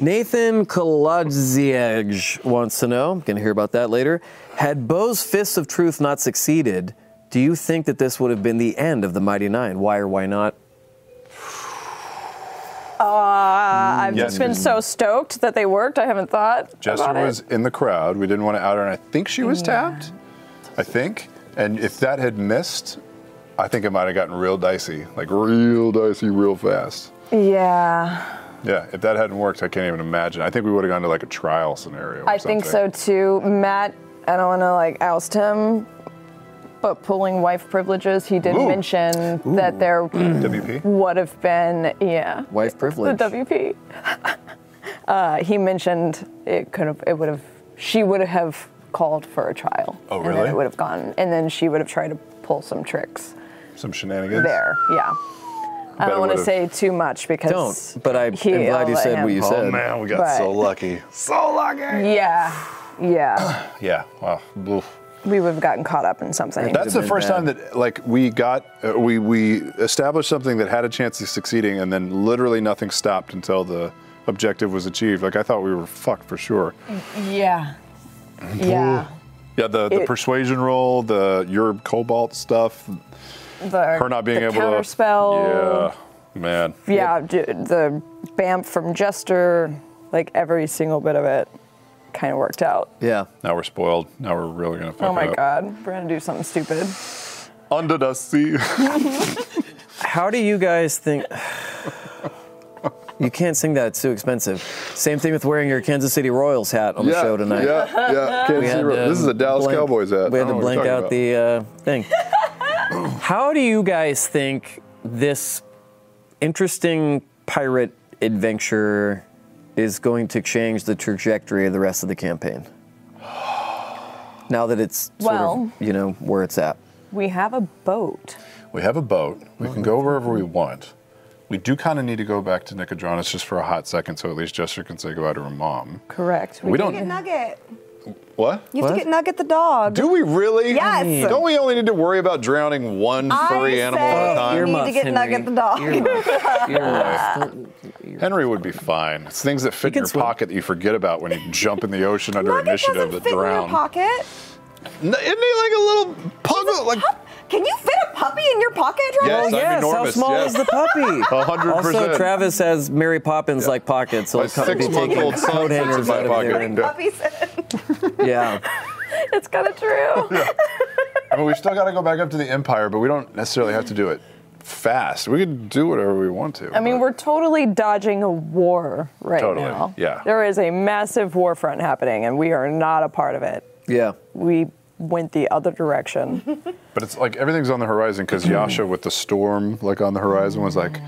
Speaker 6: Nathan Kolodziej wants to know, I'm going to hear about that later. Had Bo's Fist of Truth not succeeded, do you think that this would have been the end of the Mighty Nine? Why or why not?
Speaker 9: I've
Speaker 7: Yes.
Speaker 9: just been so stoked that they worked. I haven't thought.
Speaker 7: Jester
Speaker 9: about it.
Speaker 7: was in the crowd. We didn't want to out her, and I think she was tapped. I think. And if that had missed, I think it might have gotten real dicey, like real dicey, real fast.
Speaker 9: Yeah.
Speaker 7: Yeah, if that hadn't worked, I can't even imagine. I think we would have gone to like a trial scenario. Or
Speaker 9: I think so
Speaker 7: something.
Speaker 9: too. Matt, I don't want to like oust him, but pulling wife privileges, he did
Speaker 7: Ooh.
Speaker 9: mention that there
Speaker 7: WP?
Speaker 9: would have been, yeah.
Speaker 6: Wife
Speaker 9: The
Speaker 6: privilege.
Speaker 9: WP. uh, he mentioned it could have, it would have, she would have called for a trial.
Speaker 7: Oh,
Speaker 9: And then
Speaker 7: really?
Speaker 9: it would have gone, and then she would have tried to pull some tricks
Speaker 7: Some shenanigans.
Speaker 9: there. Yeah. I
Speaker 7: Bet it
Speaker 9: don't want to
Speaker 7: would've-
Speaker 9: say too much because
Speaker 7: Don't,
Speaker 6: but I am
Speaker 9: he
Speaker 6: glad you
Speaker 9: yelled at
Speaker 6: said what
Speaker 9: him.
Speaker 6: you said.
Speaker 7: Oh man, we got so
Speaker 9: But-
Speaker 7: lucky.
Speaker 9: So lucky. Yeah, yeah.
Speaker 7: Yeah. Wow. Oof.
Speaker 9: we would have gotten caught up in something.
Speaker 7: That's the first time that like we got uh, we we established something that had a chance of succeeding, and then literally nothing stopped until the objective was achieved. Like I thought we were fucked for sure.
Speaker 9: Yeah. Yeah.
Speaker 7: Yeah, the, the
Speaker 9: It-
Speaker 7: persuasion roll, the your cobalt stuff,
Speaker 9: The,
Speaker 7: her not being
Speaker 9: the
Speaker 7: able to
Speaker 9: counterspell.
Speaker 7: Yeah, man.
Speaker 9: Yeah, ju- the BAMF from Jester, like every single bit of it kind of worked out.
Speaker 6: Yeah.
Speaker 7: Now we're spoiled. Now we're really gonna fuck
Speaker 9: oh my
Speaker 7: it up.
Speaker 9: god, we're gonna do something stupid.
Speaker 7: Under the sea.
Speaker 6: How do you guys think? You can't sing that; it's too expensive. Same thing with wearing your Kansas City Royals hat on the
Speaker 7: Yeah,
Speaker 6: show tonight.
Speaker 7: yeah, yeah. Kansas
Speaker 6: We
Speaker 7: City
Speaker 6: had
Speaker 7: Royals.
Speaker 6: to um,
Speaker 7: This is a Dallas
Speaker 6: blank-
Speaker 7: Cowboys hat.
Speaker 6: We
Speaker 7: I
Speaker 6: had
Speaker 7: don't know
Speaker 6: to
Speaker 7: what
Speaker 6: blank
Speaker 7: you're
Speaker 6: out
Speaker 7: talking
Speaker 6: the uh, thing. How do you guys think this interesting pirate adventure is going to change the trajectory of the rest of the campaign? Now that it's sort
Speaker 9: Well-
Speaker 6: of, you know where it's at.
Speaker 9: We have a boat.
Speaker 7: We have a boat. We can go wherever we want. We do kind of need to go back to Nicodranus just for a hot second, so at least Jester can say goodbye to her mom.
Speaker 9: Correct.
Speaker 7: We
Speaker 10: You have to get
Speaker 7: don't.
Speaker 10: Nugget.
Speaker 7: What?
Speaker 10: You have to get Nugget the dog.
Speaker 7: Do we really?
Speaker 10: Yes.
Speaker 7: Don't we only need to worry about drowning one
Speaker 10: I
Speaker 7: furry animal at
Speaker 10: say
Speaker 7: a time?
Speaker 10: you need to get Nugget the dog.
Speaker 7: Henry would be fine. It's things that fit in your pocket that you forget about when you jump in the ocean under initiative that
Speaker 10: fit in your
Speaker 7: drown.
Speaker 10: pocket.
Speaker 7: N- Isn't he like a little pug? Like,
Speaker 10: Can you fit a puppy in your pocket, Travis?
Speaker 6: Well, Oh, yes. How small is the puppy?
Speaker 7: hundred
Speaker 6: Also,
Speaker 7: percent.
Speaker 6: Travis has Mary Poppins like pockets, so
Speaker 7: My
Speaker 6: he'll come be
Speaker 7: six-month-old
Speaker 6: taking
Speaker 7: son
Speaker 6: coat
Speaker 7: sits in
Speaker 6: hangers
Speaker 7: my
Speaker 6: out of there.
Speaker 7: pocket.
Speaker 6: And,
Speaker 10: Puppies.
Speaker 6: yeah.
Speaker 9: it's kind of true.
Speaker 7: I mean, we still got to go back up to the Empire, but we don't necessarily have to do it fast. We could do whatever we want to.
Speaker 9: I mean, we're totally dodging a war right
Speaker 7: Totally,
Speaker 9: now.
Speaker 7: yeah.
Speaker 9: There is a massive war front happening, and we are not a part of it.
Speaker 6: Yeah.
Speaker 9: We went the other direction.
Speaker 7: But it's like everything's on the horizon because Yasha with the storm, like on the horizon, was like,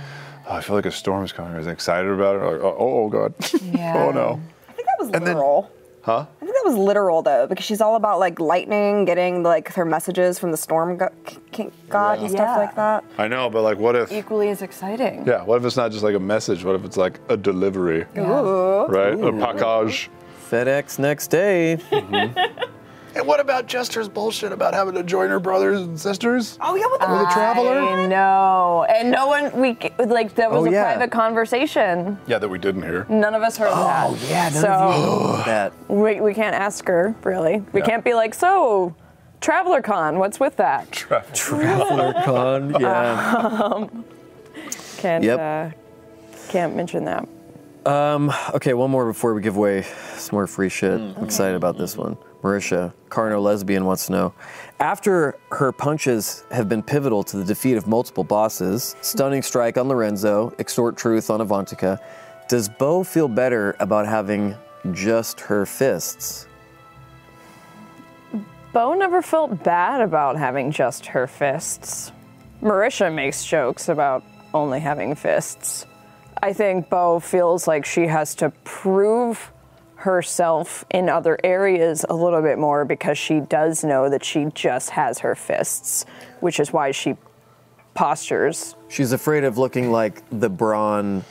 Speaker 7: oh, I feel like a storm is coming. I was excited about it. Like, oh, oh, oh, God. oh, no.
Speaker 10: I think that was literal.
Speaker 7: Huh?
Speaker 10: I think that was literal though, because she's all about like lightning, getting like her messages from the storm go- k- k- god and stuff
Speaker 9: Yeah.
Speaker 10: like that.
Speaker 7: I know, but like, what if?
Speaker 9: Equally as exciting.
Speaker 7: Yeah, what if it's not just like a message? What if it's like a delivery?
Speaker 10: Ooh.
Speaker 7: Right? A package.
Speaker 6: FedEx next day.
Speaker 7: And what about Jester's bullshit about having to join her brothers and sisters?
Speaker 10: Oh yeah, what the?
Speaker 7: With a traveler?
Speaker 9: I know. And no one, we, like, there was
Speaker 6: Oh,
Speaker 9: a
Speaker 6: yeah.
Speaker 9: private conversation.
Speaker 7: Yeah, that we didn't hear.
Speaker 9: None of us heard that.
Speaker 6: Oh yeah, none
Speaker 9: so
Speaker 6: of you that.
Speaker 9: we, we can't ask her, really. We
Speaker 7: Yeah.
Speaker 9: can't be like, so, Traveler Con, what's with that?
Speaker 6: Traveler con, yeah.
Speaker 9: Can't,
Speaker 6: Yep.
Speaker 9: uh, can't mention that.
Speaker 6: Um, okay, one more before we give away some more free shit.
Speaker 9: Mm.
Speaker 6: I'm excited about this one. Marisha, Carno lesbian wants to know. After her punches have been pivotal to the defeat of multiple bosses, stunning strike on Lorenzo, extort truth on Avantika, does Bo feel better about having just her fists?
Speaker 9: Bo never felt bad about having just her fists. Marisha makes jokes about only having fists. I think Bo feels like she has to prove herself in other areas a little bit more because she does know that she just has her fists, which is why she postures.
Speaker 6: She's afraid of looking like the brawn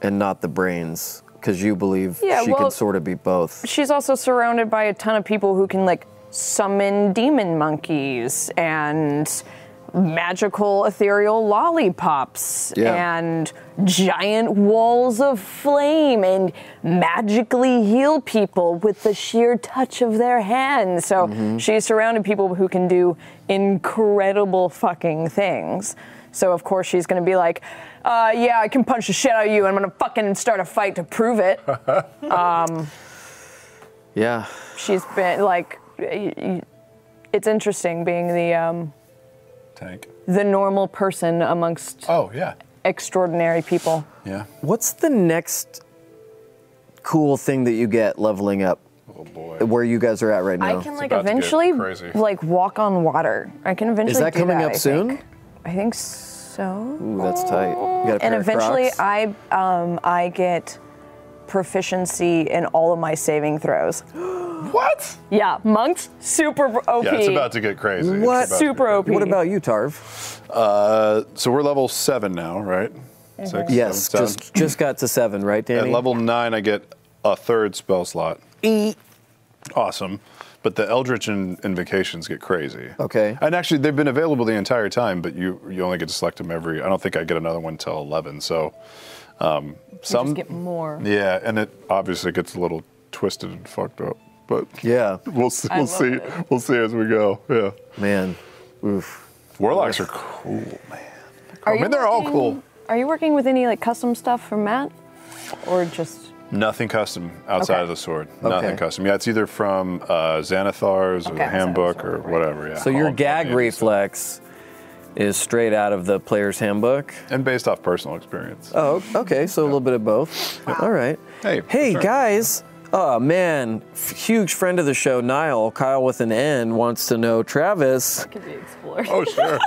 Speaker 6: and not the brains, because you believe
Speaker 9: Yeah,
Speaker 6: she
Speaker 9: well-
Speaker 6: can sort of be both.
Speaker 9: She's also surrounded by a ton of people who can like summon demon monkeys and magical ethereal lollipops
Speaker 6: Yeah.
Speaker 9: and giant walls of flame and magically heal people with the sheer touch of their hands. So she's surrounded people who can do incredible fucking things. So of course she's gonna be like, uh, yeah, I can punch the shit out of you and I'm gonna fucking start a fight to prove it. um,
Speaker 6: Yeah.
Speaker 9: she's been like y- y- it's interesting being the um,
Speaker 7: Tank.
Speaker 9: the normal person amongst
Speaker 7: oh yeah
Speaker 9: extraordinary people
Speaker 7: Yeah.
Speaker 6: What's the next cool thing that you get leveling up? Oh
Speaker 7: boy.
Speaker 6: Where you guys are at right now?
Speaker 9: i can like eventually like walk on water i can eventually
Speaker 6: Is that
Speaker 9: do
Speaker 6: coming up
Speaker 9: I
Speaker 6: soon?
Speaker 9: think. i think so
Speaker 6: Ooh, that's tight. You got a pair
Speaker 9: and
Speaker 6: of
Speaker 9: eventually
Speaker 6: Crocs?
Speaker 9: i um, i get proficiency in all of my saving throws
Speaker 7: what?
Speaker 12: Yeah, monks, super OP.
Speaker 7: Yeah, it's about to get crazy. It's
Speaker 12: What?
Speaker 7: about to
Speaker 12: Super
Speaker 7: get
Speaker 12: OP.
Speaker 7: crazy.
Speaker 12: What about
Speaker 13: you, Tarv?
Speaker 7: Uh, so we're level seven now, right?
Speaker 14: Mm-hmm.
Speaker 7: Six,
Speaker 13: Yes,
Speaker 7: seven, seven.
Speaker 13: just just got to seven, right, Danny?
Speaker 7: At level nine, I get a third spell slot.
Speaker 13: E.
Speaker 7: Awesome. But the Eldritch in- invocations get crazy.
Speaker 13: Okay.
Speaker 7: And actually, they've been available the entire time, but you you only get to select them every. I don't think I get another one till eleven. So um, some
Speaker 14: just get more.
Speaker 7: Yeah, and it obviously gets a little twisted and fucked up. But
Speaker 13: yeah,
Speaker 7: we'll see.
Speaker 14: I
Speaker 7: We'll
Speaker 14: love
Speaker 7: see.
Speaker 14: it.
Speaker 7: We'll see as we go. Yeah.
Speaker 13: Man, oof.
Speaker 7: Warlocks are cool, man.
Speaker 12: Are
Speaker 7: I mean, they're all cool.
Speaker 12: Are you working with any like custom stuff from Matt, or just?
Speaker 7: Nothing custom outside
Speaker 12: Okay.
Speaker 7: of the sword.
Speaker 13: Okay.
Speaker 7: Nothing custom. Yeah, it's either from uh, Xanathar's or
Speaker 13: Okay,
Speaker 7: the handbook or whatever. Yeah.
Speaker 13: So your
Speaker 7: All-
Speaker 13: gag reflex is straight out of the player's handbook
Speaker 7: and based off personal experience.
Speaker 13: Oh, okay. So a little bit of both. All right. Hey, hey
Speaker 7: sure.
Speaker 13: guys. Oh man, F- huge friend of the show, Niall Kyle with an N wants to know Travis.
Speaker 14: Could be explored.
Speaker 7: Oh sure.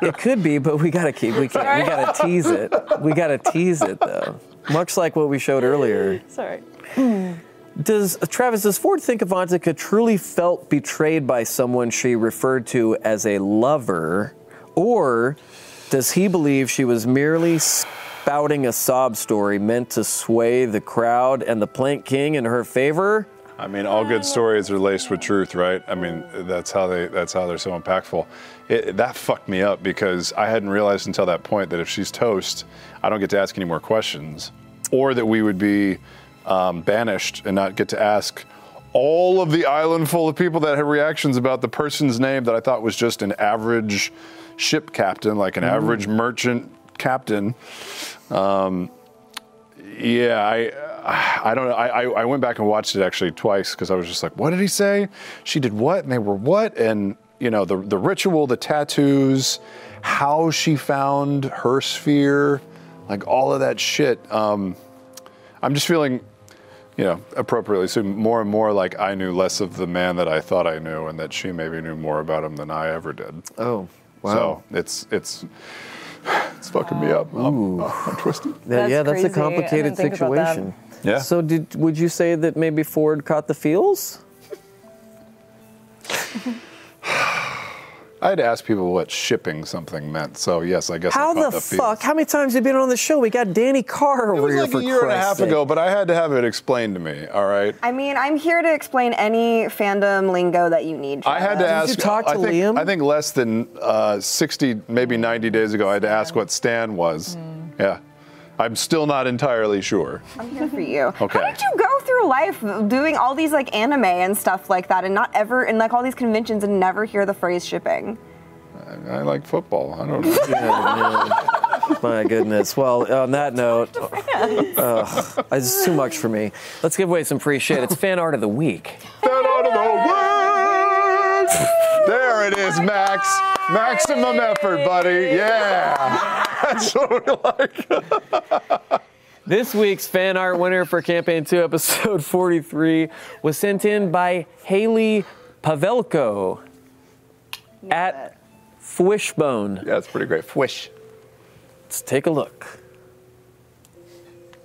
Speaker 13: it could be, but we gotta keep. We can't. We
Speaker 14: Sorry.
Speaker 13: gotta tease it. We gotta tease it though. Much like what we showed earlier.
Speaker 14: Sorry.
Speaker 13: Does Travis? Does Ford think Avantika truly felt betrayed by someone she referred to as a lover, or does he believe she was merely spouting a sob story meant to sway the crowd and the Plank King in her favor?
Speaker 7: I mean, all good stories are laced with truth, right? I mean, that's how they that's how they're so impactful. It, that fucked me up because I hadn't realized until that point that if she's toast, I don't get to ask any more questions, or that we would be um, banished and not get to ask all of the island full of people that had reactions about the person's name that I thought was just an average ship captain, like an average merchant captain. Um, yeah, I I don't know. I, I, I went back and watched it actually twice because I was just like, what did he say? She did what? And they were what? And you know, the the ritual, the tattoos, how she found her sphere, like all of that shit. Um, I'm just feeling, you know, appropriately so more and more like I knew less of the man that I thought I knew, and that she maybe knew more about him than I ever did.
Speaker 13: Oh,
Speaker 7: So it's it's it's fucking me up. I'm, I'm twisted.
Speaker 13: Yeah, yeah, that's
Speaker 7: That's
Speaker 13: a
Speaker 7: crazy. I didn't
Speaker 13: complicated
Speaker 7: think about that.
Speaker 13: situation.
Speaker 7: Yeah.
Speaker 13: So did would you say that maybe Ford caught the feels?
Speaker 7: I had to ask people what shipping something meant. So yes, I guess.
Speaker 13: How
Speaker 7: I caught
Speaker 13: the,
Speaker 7: feels.
Speaker 13: fuck? How many times have you been on the show? We got Danny Carr
Speaker 7: It
Speaker 13: over
Speaker 7: was
Speaker 13: here
Speaker 7: like
Speaker 13: for
Speaker 7: a year and a
Speaker 13: Christ's
Speaker 7: half
Speaker 13: sake.
Speaker 7: ago, but I had to have it explained to me. All right.
Speaker 10: I mean, I'm here to explain any fandom lingo that you need.
Speaker 7: I had to
Speaker 10: Travis.
Speaker 7: ask. I think, I think less than uh, 60, maybe 90 days ago, I had to ask what Stan was.
Speaker 13: Hmm.
Speaker 7: Yeah, I'm still not entirely sure.
Speaker 10: I'm here for you.
Speaker 7: Okay.
Speaker 10: How did you go through life doing all these like anime and stuff like that, and not ever in like all these conventions and never hear the phrase shipping?
Speaker 7: I, I like football. I don't know.
Speaker 13: My goodness. Well, on that note, uh, it's too much for me. Let's give away some free shit. It's fan art of the week.
Speaker 7: Fan art of the week. There it is, Max. Maximum effort, buddy. Yeah. That's what we like.
Speaker 6: This week's fan art winner for Campaign 2, Episode 43, was sent in by Haley Pavelko at Fwishbone.
Speaker 7: Yeah, that's pretty great. Fwish.
Speaker 6: Let's take a look.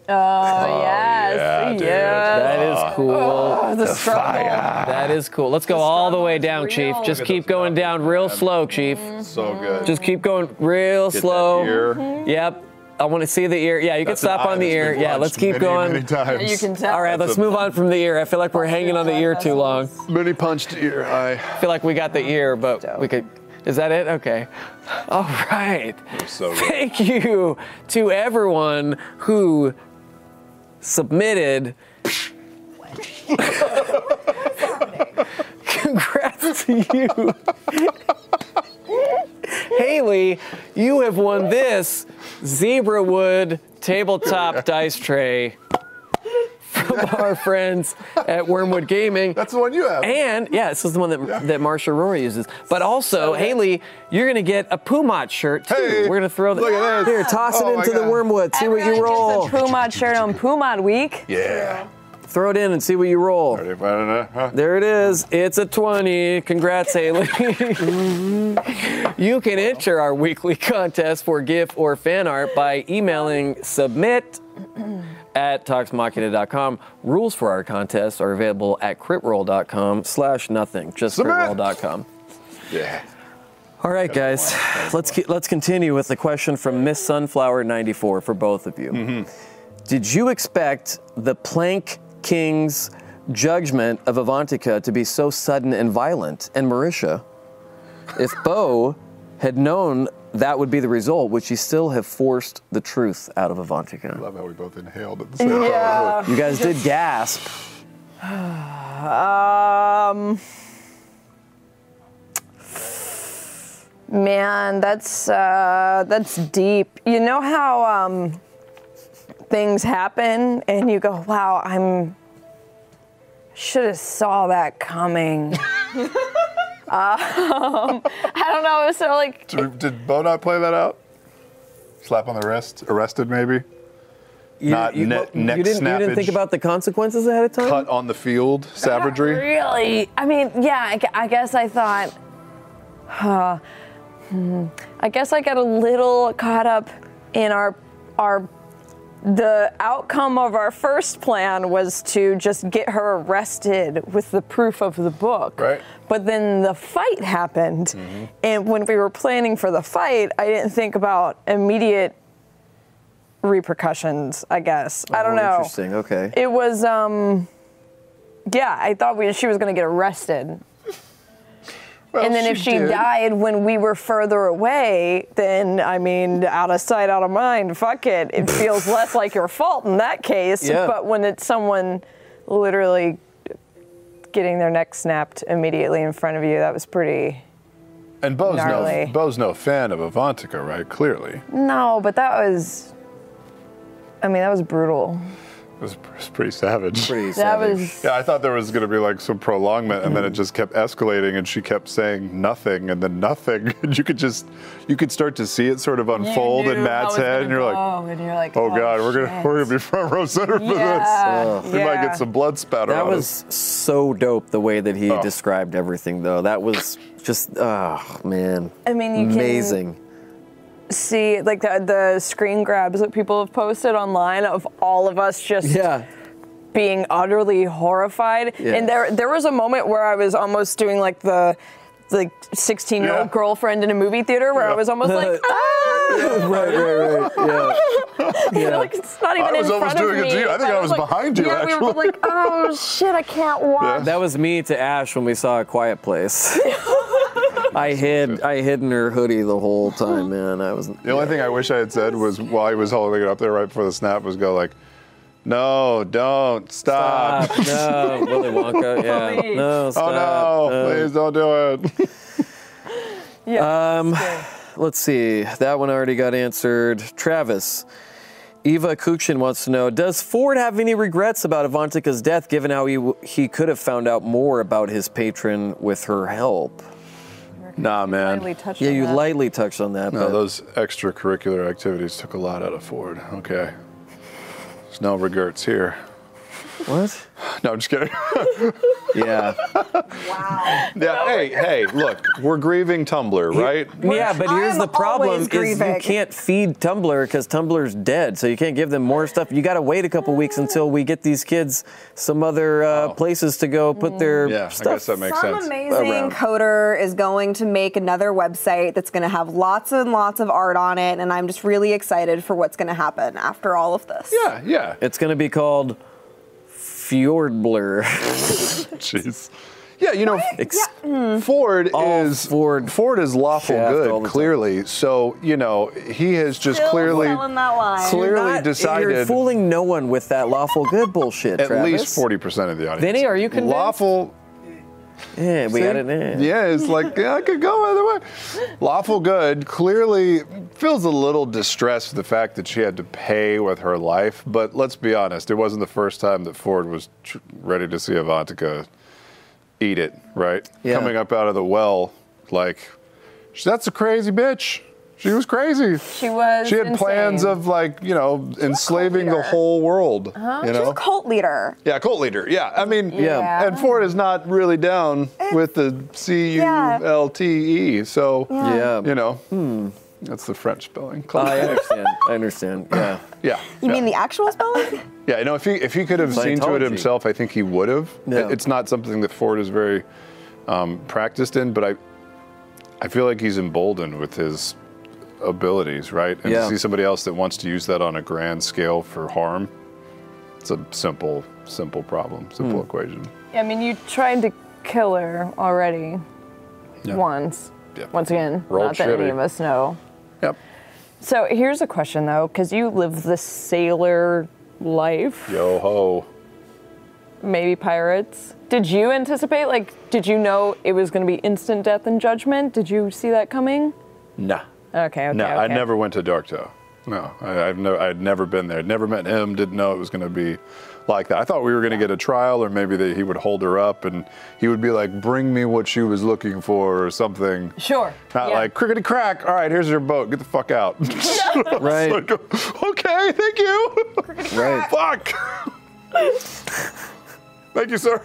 Speaker 12: Oh, yes, yes.
Speaker 6: That
Speaker 7: Ah.
Speaker 6: is cool.
Speaker 12: Oh, the struggle.
Speaker 6: That is cool. Let's go all the way down, Chief.
Speaker 12: real. Look
Speaker 6: Just
Speaker 12: at
Speaker 6: keep going down real slow, Chief.
Speaker 7: So good.
Speaker 6: Just keep going real
Speaker 7: Get that
Speaker 6: slow.
Speaker 7: ear.
Speaker 6: Yep. I want to see the ear. Yeah, you
Speaker 7: That's
Speaker 6: can
Speaker 7: an
Speaker 6: stop
Speaker 7: eye
Speaker 6: on the
Speaker 7: that's
Speaker 6: ear.
Speaker 7: been
Speaker 6: Yeah,
Speaker 7: watched
Speaker 6: let's keep
Speaker 7: many,
Speaker 6: going.
Speaker 7: many times. You can tell.
Speaker 6: All right,
Speaker 7: That's
Speaker 6: let's
Speaker 7: a-
Speaker 6: move on from the ear. I feel like we're hanging on the ear too long.
Speaker 7: Many punched ear. I
Speaker 6: feel like we got the ear, but we could. Is that it? Okay. All right.
Speaker 7: So
Speaker 6: Thank you to everyone who submitted. Congrats to you. Haley, you have won this zebra wood tabletop dice tray from our friends at Wormwood Gaming. That's
Speaker 7: the one you have.
Speaker 6: And yeah, this is the one that that Marsha Rory uses. But also, Haley, you're gonna get a Pumat shirt too. We're gonna throw that.
Speaker 13: look at this. Here, toss it Oh, my into the God. wormwood. See what you roll.
Speaker 12: Gets a Pumad shirt on Pumad week.
Speaker 7: Yeah.
Speaker 13: Throw it in and see what you roll.
Speaker 6: There it is. It's a 20. Congrats, Haley. you can enter our weekly contest for GIF or fan art by emailing submit at toxmachina.com. Rules for our contest are available at critroll.com slash nothing, just critroll.com.
Speaker 7: Yeah.
Speaker 6: All right, guys,
Speaker 5: let's
Speaker 6: keep, let's continue with the question from Miss Sunflower ninety four for both of you. Did you expect the Plank King's judgment of Avantika to be so sudden and violent? And Marisha, if Bo had known that would be the result, would she still have forced the truth out of Avantika?
Speaker 7: Love how we both inhaled at the same
Speaker 9: Yeah.
Speaker 7: time.
Speaker 6: You guys did gasp.
Speaker 9: Um, man, that's uh, that's deep. You know how um, things happen, and you go, "Wow, I'm should have saw that coming."
Speaker 12: Um, I don't know. So like,
Speaker 7: Did, did Bo not play that out? Slap on the wrist, arrested maybe. not
Speaker 6: you-
Speaker 7: ne-
Speaker 6: you
Speaker 7: neck
Speaker 6: didn't- you
Speaker 7: snappage.
Speaker 6: didn't think about the consequences ahead of time.
Speaker 7: Cut on the field, savagery.
Speaker 9: Really? I mean, yeah, I, gu- I guess I thought, huh, hmm, I guess I got a little caught up in our, our, the outcome of our first plan was to just get her arrested with the proof of the book. Right. But then the fight happened. And when we were planning for the fight, I didn't think about immediate repercussions, I guess. I don't
Speaker 13: Oh,
Speaker 9: know.
Speaker 13: Interesting. Okay.
Speaker 9: It was, um, yeah, I thought we, she was going to get arrested. and then if
Speaker 12: Oh, she
Speaker 9: she
Speaker 12: did.
Speaker 9: died when we were further away, then, I mean, out of sight, out of mind, fuck it. It feels less like your fault in that case.
Speaker 12: Yeah.
Speaker 9: But when it's someone literally getting their neck snapped immediately in front of you, that was pretty.
Speaker 7: And Bo's no,
Speaker 9: Gnarly.
Speaker 7: Bo's no fan of Avantika, right? Clearly.
Speaker 9: No, but that was, I mean, that was brutal.
Speaker 7: It was, it was pretty savage. Pretty
Speaker 9: That savage. was-
Speaker 7: Yeah, I thought there was going to be like some prolongment, and then it just kept escalating, and she kept saying nothing, and then nothing, and you could just, you could start to see it sort of unfold in Matt's head, and you're like,
Speaker 9: oh, and you're like,
Speaker 7: oh god, we're gonna we're gonna be front row center for
Speaker 9: Yeah,
Speaker 7: this. We might
Speaker 9: yeah.
Speaker 7: get some blood spatter
Speaker 13: That
Speaker 7: on us.
Speaker 13: was so dope the way that he described everything, though. That was just, oh man.
Speaker 9: I mean, you can-
Speaker 13: amazing.
Speaker 9: see like the, the screen grabs that people have posted online of all of us just being utterly horrified.
Speaker 12: Yeah.
Speaker 9: And there there was a moment where I was almost doing like the like 16 year old girlfriend in a movie theater where I was almost like, ah!
Speaker 13: right, right, right.
Speaker 9: You know, like it's not even
Speaker 7: I was
Speaker 9: in
Speaker 7: almost
Speaker 9: front of
Speaker 7: doing it
Speaker 9: me.
Speaker 7: to you. I think I was
Speaker 9: like-
Speaker 7: behind you,
Speaker 9: Yeah, we were
Speaker 7: actually.
Speaker 9: both like, oh shit, I can't watch.
Speaker 6: That was me to Ash when we saw A Quiet Place.
Speaker 13: I hid, I hid in her hoodie the whole time, man. I was.
Speaker 7: The only thing I wish I had said was while he was holding it up there right before the snap was go like, no, don't stop.
Speaker 6: Stop, no, Willy Wonka, yeah. Please. No,
Speaker 7: Oh
Speaker 6: stop,
Speaker 7: no,
Speaker 6: no.
Speaker 7: please don't do it.
Speaker 13: Um, let's see. That one already got answered. Travis. Eva Kukshin wants to know Does Ford have any regrets about Avantika's death, given how he, w- he could have found out more about his patron with her help?
Speaker 7: Nah, man.
Speaker 9: lightly touched
Speaker 13: yeah,
Speaker 9: on
Speaker 13: you
Speaker 9: that.
Speaker 13: lightly touched on that.
Speaker 7: No,
Speaker 13: but
Speaker 7: those extracurricular activities took a lot out of Ford. Okay. There's no regrets here.
Speaker 13: What?
Speaker 7: No, I'm just kidding.
Speaker 13: yeah.
Speaker 7: Yeah, hey, hey, look, we're grieving Tumblr, right?
Speaker 6: yeah, but here's the problem is you can't feed Tumblr because Tumblr's dead, so you can't give them more stuff. You got to wait a couple
Speaker 9: Ah.
Speaker 6: weeks until we get these kids some other uh, places to go put their
Speaker 7: Yeah, I
Speaker 6: stuff.
Speaker 7: guess that makes
Speaker 10: Some
Speaker 7: sense.
Speaker 10: amazing coder is going to make another website that's going to have lots and lots of art on it, and I'm just really excited for what's going to happen after all of this.
Speaker 7: Yeah, yeah.
Speaker 13: It's going to be called Fjordblur.
Speaker 7: Jeez. Yeah, you know, Ford is Ford. is lawful
Speaker 13: Shaft all
Speaker 7: good,
Speaker 13: the time.
Speaker 7: clearly. So you know he has just clearly
Speaker 13: You're
Speaker 7: clearly
Speaker 13: not- You're
Speaker 7: decided.
Speaker 13: fooling no one with that lawful good bullshit.
Speaker 7: At
Speaker 13: Travis.
Speaker 7: least forty percent of the audience.
Speaker 13: Vinny, are you convinced?
Speaker 7: Lawful.
Speaker 13: Yeah, we
Speaker 7: See?
Speaker 13: got it. Yeah.
Speaker 7: Yeah, it's like yeah, I could go either way. Lawful good clearly feels a little distressed with the fact that she had to pay with her life. But let's be honest, it wasn't the first time that Ford was tr- ready to see Avantika eat it. Right,
Speaker 13: Yeah.
Speaker 7: coming up out of the well, like that's a crazy bitch. She was crazy.
Speaker 9: She was.
Speaker 7: She had plans
Speaker 9: insane.
Speaker 7: of like you know enslaving the whole world.
Speaker 9: Uh-huh.
Speaker 7: You know,
Speaker 10: She's a cult leader.
Speaker 7: yeah, cult leader. Yeah, I mean,
Speaker 10: Yeah.
Speaker 7: and Ford is not really down with the C U L T E. So,
Speaker 10: Yeah. Hmm.
Speaker 7: you know, That's the French spelling.
Speaker 6: I understand. I understand. Yeah.
Speaker 7: Yeah.
Speaker 10: You mean the actual spelling?
Speaker 7: Yeah, no, if he if he could have seen to it
Speaker 6: Scientology.
Speaker 7: himself, I think he would have.
Speaker 6: Yeah.
Speaker 7: It- It's not something that Ford is very um, practiced in, but I I feel like he's emboldened with his abilities, right? And
Speaker 6: Yeah.
Speaker 7: to see somebody else that wants to use that on a grand scale for harm, it's a simple simple problem, simple
Speaker 6: Hmm.
Speaker 7: equation.
Speaker 9: I mean, you tried to kill her already
Speaker 7: Yeah.
Speaker 9: once.
Speaker 7: Yeah.
Speaker 9: Once again,
Speaker 7: Rolled
Speaker 9: not that any
Speaker 7: shitty.
Speaker 9: of us know.
Speaker 7: Yep.
Speaker 9: So here's a question though, because you live the sailor life,
Speaker 7: Yo ho.
Speaker 9: maybe pirates. Did you anticipate? Like, did you know it was going to be instant death and judgment? Did you see that coming?
Speaker 7: Nah.
Speaker 9: Okay. Okay.
Speaker 7: no, I
Speaker 9: okay.
Speaker 7: never went to Dark Toe. No, I, I've no, I'd never been there. Never met him. Didn't know it was going to be like that. I thought we were going to get a trial, or maybe that he would hold her up and he would be like, "Bring me what she was looking for," or something.
Speaker 9: Sure.
Speaker 7: Not like crickety crack. All right, here's your boat. Get the fuck out.
Speaker 6: Right.
Speaker 7: Like, okay. Thank you.
Speaker 6: Right.
Speaker 7: Fuck. thank you, sir.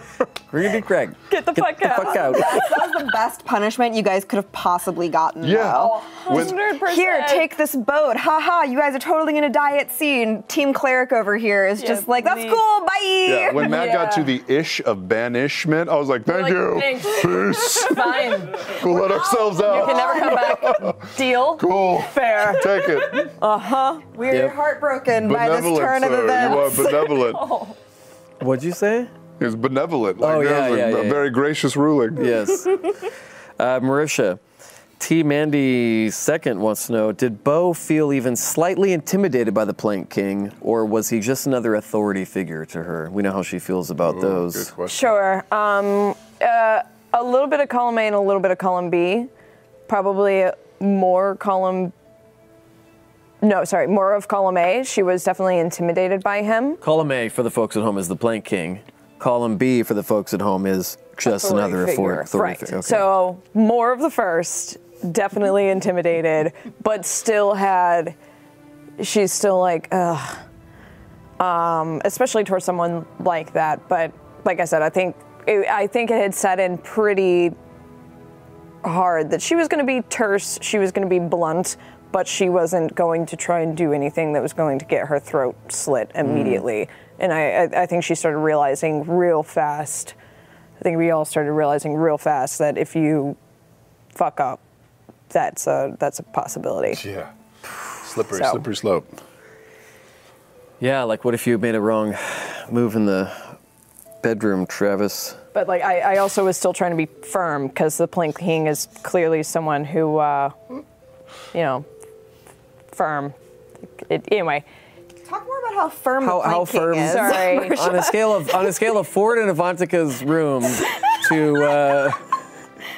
Speaker 6: Crickety crack.
Speaker 9: Get the fuck out.
Speaker 6: Fuck out.
Speaker 10: That was the best punishment you guys could have possibly gotten.
Speaker 7: Yeah.
Speaker 10: though.
Speaker 9: Oh,
Speaker 7: With-
Speaker 10: Here, take this boat. Ha ha, you guys are totally gonna die at sea. And Team Cleric over here is just like, that's cool, bye.
Speaker 7: Yeah, when Matt got to the ish of banishment, I was like, thank you. Peace.
Speaker 9: Fine.
Speaker 7: We'll let ourselves out.
Speaker 9: You can never come back. Deal.
Speaker 7: Cool.
Speaker 9: Fair.
Speaker 7: Take it.
Speaker 9: Uh huh.
Speaker 10: We're
Speaker 6: Yep.
Speaker 10: heartbroken by this
Speaker 7: Benevolent,
Speaker 10: turn of
Speaker 7: sir. You
Speaker 10: events.
Speaker 7: are benevolent.
Speaker 9: Oh.
Speaker 6: What'd you say?
Speaker 7: He was benevolent. Like,
Speaker 6: Oh,
Speaker 7: that
Speaker 6: yeah,
Speaker 7: was a,
Speaker 6: yeah,
Speaker 7: a
Speaker 6: yeah,
Speaker 7: very gracious ruling.
Speaker 6: Yes. Uh, Marisha, T. Mandy second wants to know: Did Bo feel even slightly intimidated by the Plank King, or was he just another authority figure to her? We know how she feels
Speaker 7: Oh,
Speaker 6: about those.
Speaker 9: Sure. Um, uh, a little bit of column A and a little bit of column B. Probably more column. No, sorry, more of column A. She was definitely intimidated by him.
Speaker 6: Column A for the folks at home is the Plank King. Column B for the folks at home is just another author- authority
Speaker 9: right.
Speaker 6: figure. Okay.
Speaker 9: So more of the first, definitely intimidated, but still had. She's still like, ugh. Um, especially towards someone like that. But like I said, I think it, I think it had set in pretty hard that she was going to be terse, she was going to be blunt, but she wasn't going to try and do anything that was going to get her throat slit
Speaker 6: Mm.
Speaker 9: immediately. And I, I, I think she started realizing real fast. I think we all started realizing real fast that if you fuck up, that's a that's a possibility.
Speaker 7: Yeah. Slippery,
Speaker 9: So.
Speaker 7: slippery slope.
Speaker 6: yeah, like what if you made a wrong move in the bedroom, Travis?
Speaker 9: But like I, I also was still trying to be firm because the plank king is clearly someone who, uh, you know, firm. It, anyway,
Speaker 10: Talk more about how firm
Speaker 6: How,
Speaker 10: the plank
Speaker 6: how
Speaker 10: king
Speaker 6: firm?
Speaker 10: is.
Speaker 9: Sorry.
Speaker 6: on a scale of on a scale of Ford and Avantica's room to uh,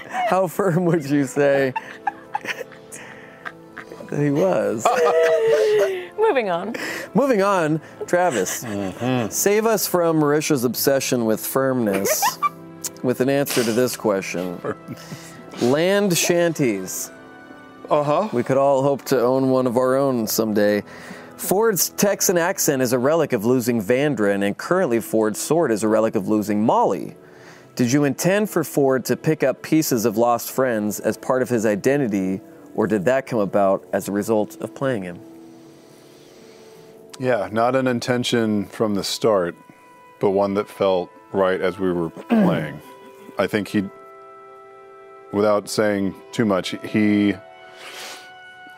Speaker 6: how firm would you say that he was?
Speaker 9: moving on.
Speaker 6: Moving on, Travis, save us from Marisha's obsession with firmness with an answer to this question. Land shanties.
Speaker 7: Uh huh.
Speaker 6: We could all hope to own one of our own someday. Ford's Texan accent is a relic of losing Vandran, and currently Ford's sword is a relic of losing Molly. Did you intend for Ford to pick up pieces of lost friends as part of his identity, or did that come about as a result of playing him?
Speaker 7: Yeah, not an intention from the start, but one that felt right as we were playing. I think he, without saying too much, he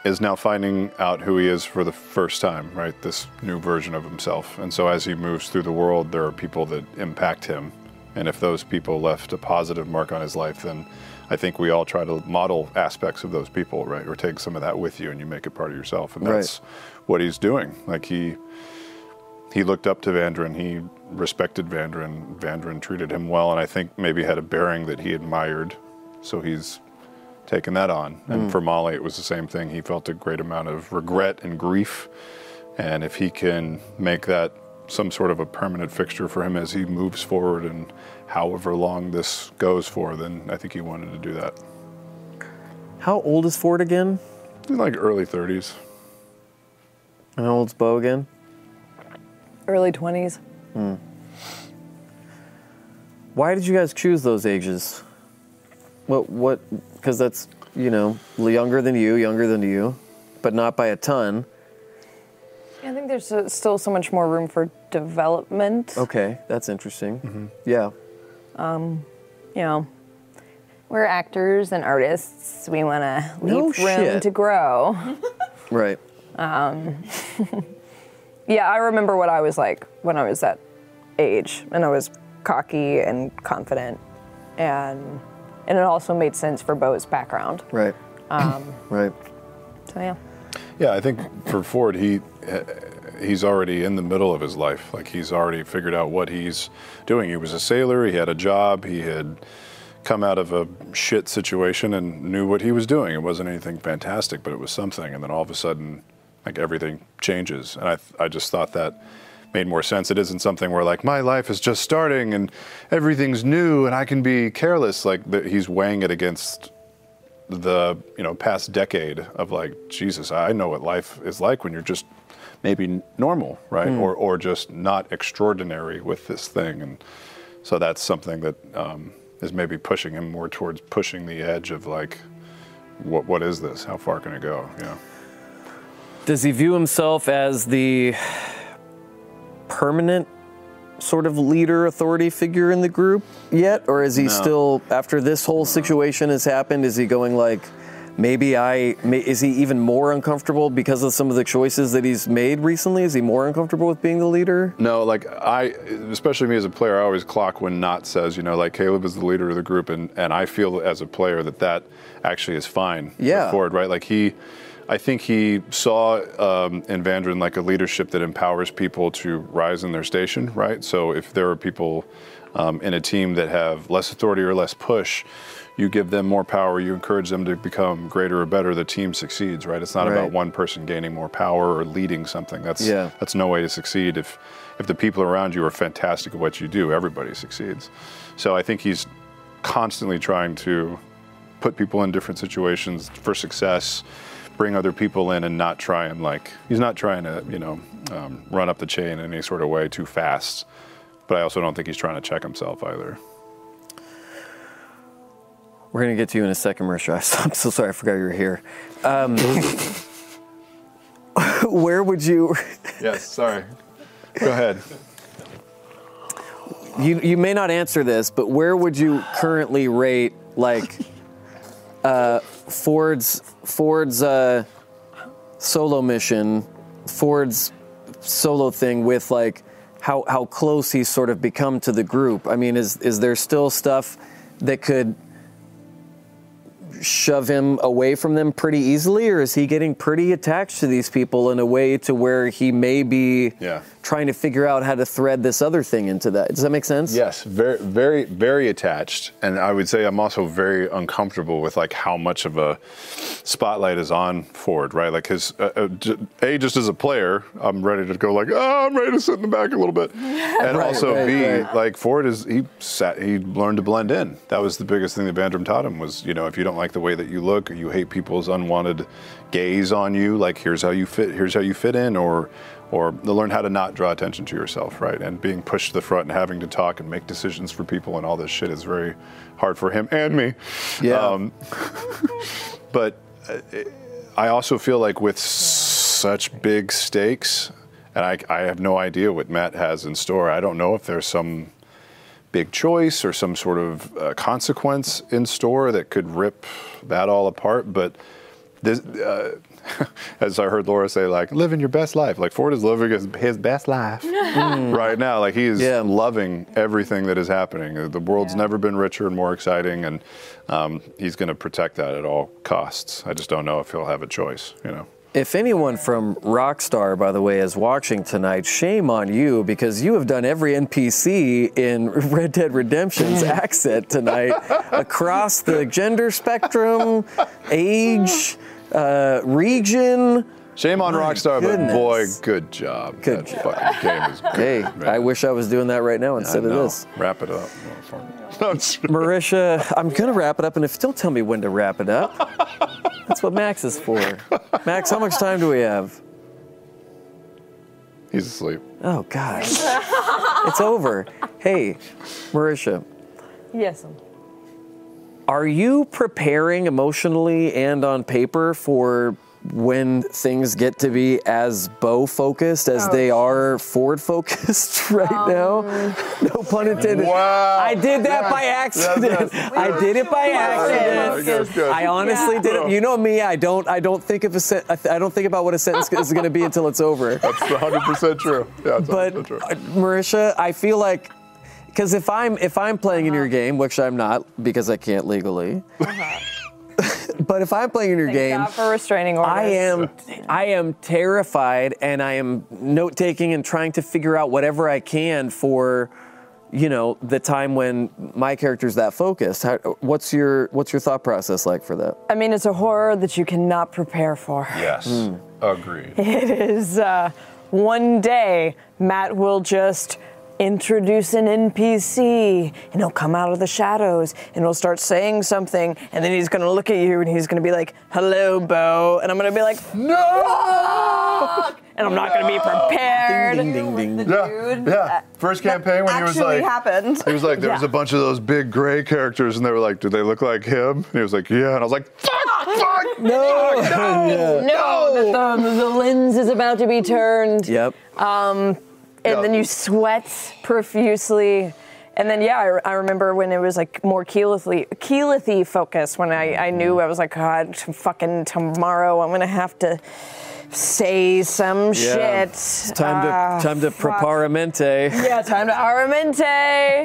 Speaker 7: is now finding out who he is for the first time, right? This new version of himself. And so as he moves through the world, there are people that impact him. And if those people left a positive mark on his life, then I think we all try to model aspects of those people, right? Or take some of that with you and you make it part of yourself. And
Speaker 6: Right.
Speaker 7: that's what he's doing. Like he he looked up to Vandrin, he respected Vandrin, Vandrin treated him well, and I think maybe had a bearing that he admired. So he's taken that on. And for Molly, it was the same thing. He felt a great amount of regret and grief. And if he can make that some sort of a permanent fixture for him as he moves forward and however long this goes for, then I think he wanted to do that.
Speaker 6: How old is Ford again?
Speaker 7: In like early 30s.
Speaker 6: And how old's Bo again?
Speaker 9: Early 20s.
Speaker 6: Why did you guys choose those ages? What, what, because that's, you know, younger than you, younger than you. but not by a ton.
Speaker 9: I think there's uh, still so much more room for development.
Speaker 6: Okay, that's interesting. Yeah.
Speaker 9: Um, you know, we're actors and artists. We want to leave
Speaker 6: No
Speaker 9: room
Speaker 6: shit.
Speaker 9: to grow.
Speaker 6: Right.
Speaker 9: Um, yeah, I remember what I was like when I was that age, and I was cocky and confident, and and it also made sense for Bo's background.
Speaker 6: Right.
Speaker 9: Um,
Speaker 6: Right.
Speaker 9: so yeah.
Speaker 7: Yeah, I think for Ford, he he's already in the middle of his life. Like he's already figured out what he's doing. He was a sailor. He had a job. He had come out of a shit situation and knew what he was doing. It wasn't anything fantastic, but it was something. And then all of a sudden, like everything changes. And I I just thought that made more sense. It isn't something where like my life is just starting and everything's new and I can be careless. Like that he's weighing it against the you know past decade of like Jesus, I know what life is like when you're just maybe n- normal, right,
Speaker 15: Hmm.
Speaker 7: or or just not extraordinary with this thing, and so that's something that um, is maybe pushing him more towards pushing the edge of like, what what is this? How far can it go? You know.
Speaker 16: Does he view himself as the
Speaker 6: permanent sort of leader authority figure in the group yet or is he
Speaker 16: No.
Speaker 6: still after this whole situation has happened is he going like maybe i may, is he even more uncomfortable because of some of the choices that he's made recently is he more uncomfortable with being the leader
Speaker 7: No, like I, especially me as a player, I always clock when Knot says, you know, like Caleb is the leader of the group, and and I feel as a player that that actually is fine.
Speaker 6: Yeah.
Speaker 7: Forward, right? Like he, I think he saw um, in Vandrin like a leadership that empowers people to rise in their station, right? So if there are people um, in a team that have less authority or less push. You give them more power. You encourage them to become greater or better. The team succeeds, right? It's not
Speaker 6: Right.
Speaker 7: about one person gaining more power or leading something. That's
Speaker 6: Yeah.
Speaker 7: that's no way to succeed if if the people around you are fantastic at what you do everybody succeeds so i think he's constantly trying to put people in different situations for success bring other people in and not try and like he's not trying to you know um, run up the chain in any sort of way too fast but i also don't think he's trying to check himself either
Speaker 6: we're gonna get to you in a second marisha i'm so sorry i forgot you were here um, where would you
Speaker 7: yes sorry go ahead
Speaker 6: you you may not answer this, but where would you currently rate like uh, Ford's Ford's uh, solo mission, Ford's solo thing with like how how close he's sort of become to the group? I mean, is is there still stuff that could shove him away from them pretty easily, or is he getting pretty attached to these people in a way to where he may be trying to figure out how to thread this other thing into that? Does that make sense?
Speaker 7: Yes, very, very, very attached, and I would say I'm also very uncomfortable with like how much of a spotlight is on Ford, right? Like his uh, uh, j- a just as a player, I'm ready to go like, oh, I'm ready to sit in the back a little bit, and
Speaker 15: Right,
Speaker 7: also
Speaker 15: right,
Speaker 7: B,
Speaker 15: right.
Speaker 7: like Ford is he sat he learned to blend in. That was the biggest thing that Vandrum taught him was you know if you don't like the way that you look, or you hate people's unwanted gaze on you, like here's how you fit, here's how you fit in, or or to learn how to not draw attention to yourself, right? And being pushed to the front and having to talk and make decisions for people and all this shit is very hard for him and me. Yeah. Um, but uh, I also feel like with such big stakes, and I, I have no idea what Matt has in store. I don't know if there's some big choice or some sort of uh, consequence in store that could rip that all apart. But this, uh, as I heard Laura say, like living your best life. Like Ford is living his, his best life
Speaker 15: Mm.
Speaker 7: right now. Like he is loving everything that is happening. Uh, The world's never been richer and more exciting, and um, he's going to protect that at all costs. I just don't know if he'll have a choice. You know.
Speaker 6: If anyone from Rockstar, by the way, is watching tonight, shame on you because you have done every NPC in Red Dead Redemption's accent tonight across the gender spectrum, age, uh, region.
Speaker 7: Shame on Rockstar, but boy, good job.
Speaker 6: Good
Speaker 7: that fucking game is good.
Speaker 6: Hey, I wish I was doing that right now
Speaker 7: I
Speaker 6: instead of
Speaker 7: know.
Speaker 6: this.
Speaker 7: Wrap it up.
Speaker 6: Marisha, I'm gonna wrap it up, and if don't tell me when to wrap it up. That's what Max is for. Max, how much time do we have?
Speaker 7: He's asleep.
Speaker 6: Oh gosh, it's over. Hey, Marisha,
Speaker 9: Yes.
Speaker 6: are you preparing emotionally and on paper for when things get to be as bow focused as
Speaker 2: Oh.
Speaker 6: they are Ford focused right now. No pun intended.
Speaker 17: Um, Wow.
Speaker 6: I did that
Speaker 17: Yeah.
Speaker 6: by accident.
Speaker 17: That's-
Speaker 6: I did it by accident.
Speaker 17: Good, good, good.
Speaker 6: I honestly
Speaker 17: Yeah. Oh.
Speaker 6: did it. You know me. I don't. I don't think of a. Sen- I th- I don't think about what a sentence is going to be until it's over. That's
Speaker 7: 100 percent true. Yeah, that's
Speaker 6: but uh, Marisha, I feel like because if I'm if I'm playing in your game, which I'm not because I can't legally. but if I'm playing in your game,
Speaker 9: God for restraining orders.
Speaker 6: I am I am terrified and I am note taking and trying to figure out whatever I can for you know the time when my character's that focused. How, what's your what's your thought process like for that?
Speaker 9: I mean, it's a horror that you cannot prepare for.
Speaker 7: Yes. Agreed.
Speaker 9: It is uh, one day Matt will just introduce an NPC and he'll come out of the shadows and he'll start saying something and then he's gonna look at you and he's gonna be like, hello, Bo. And I'm gonna be like, no! And I'm not gonna be prepared.
Speaker 6: Ding ding ding ding.
Speaker 7: Yeah, yeah. First campaign when he was
Speaker 10: actually
Speaker 7: like,
Speaker 10: happened.
Speaker 7: he was like, there was
Speaker 10: Yeah.
Speaker 7: a bunch of those big gray characters, and they were like, do they look like him? And he was like, yeah. And I was like, fuck,
Speaker 6: no,
Speaker 7: fuck, no,
Speaker 9: No, that the, the lens is about to be turned.
Speaker 6: Yep.
Speaker 9: Um, and
Speaker 7: Yeah.
Speaker 9: then you sweat profusely. And then, yeah, I, re- I remember when it was like more keelithly, keelithy focus when I, I knew I was like, God, t- fucking tomorrow I'm going to have to say some
Speaker 6: Yeah.
Speaker 9: shit.
Speaker 6: It's time to
Speaker 9: Ah,
Speaker 6: time to
Speaker 9: fuck.
Speaker 6: preparamente.
Speaker 9: Yeah, time to aramente.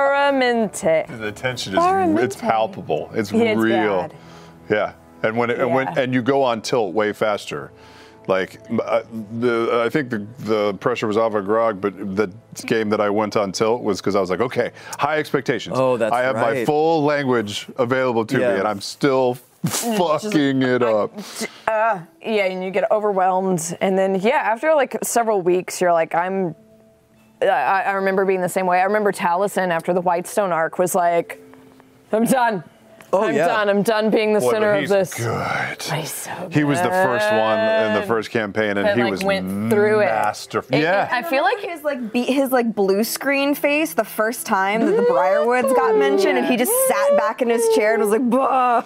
Speaker 9: Paramente.
Speaker 7: The tension
Speaker 9: Environmental.
Speaker 7: is it's palpable. It's
Speaker 9: Yeah, it's
Speaker 7: real.
Speaker 9: bad.
Speaker 7: Yeah, and when it, and when
Speaker 9: Yeah.
Speaker 7: and you go on tilt way faster. Like m- uh, the, I think the, the pressure was off of Grog, but the game that I went on tilt was because I was like, okay, high expectations.
Speaker 6: Oh, that's
Speaker 7: I have my
Speaker 6: right.
Speaker 7: full language available to me,
Speaker 6: Yeah.
Speaker 7: and I'm still fucking it up.
Speaker 9: Uh, yeah, and you get overwhelmed, and then yeah, after like several weeks, you're like, I'm. I, I I remember being the same way. I remember Taliesin after the Whitestone arc was like, I'm done.
Speaker 6: Oh,
Speaker 9: I'm
Speaker 6: yeah.
Speaker 9: done. I'm done being the
Speaker 7: Boy, but
Speaker 9: center of
Speaker 7: he's
Speaker 9: this.
Speaker 7: Good.
Speaker 9: But he's so
Speaker 7: He was the first one in the
Speaker 9: good.
Speaker 7: first campaign, and
Speaker 9: That,
Speaker 7: he
Speaker 9: like,
Speaker 7: was
Speaker 9: went through it.
Speaker 7: masterful. yeah.
Speaker 10: I feel like his like beat his like blue screen face the first time that the Briarwoods got mentioned, and he just sat back in his chair and was like, "Bah."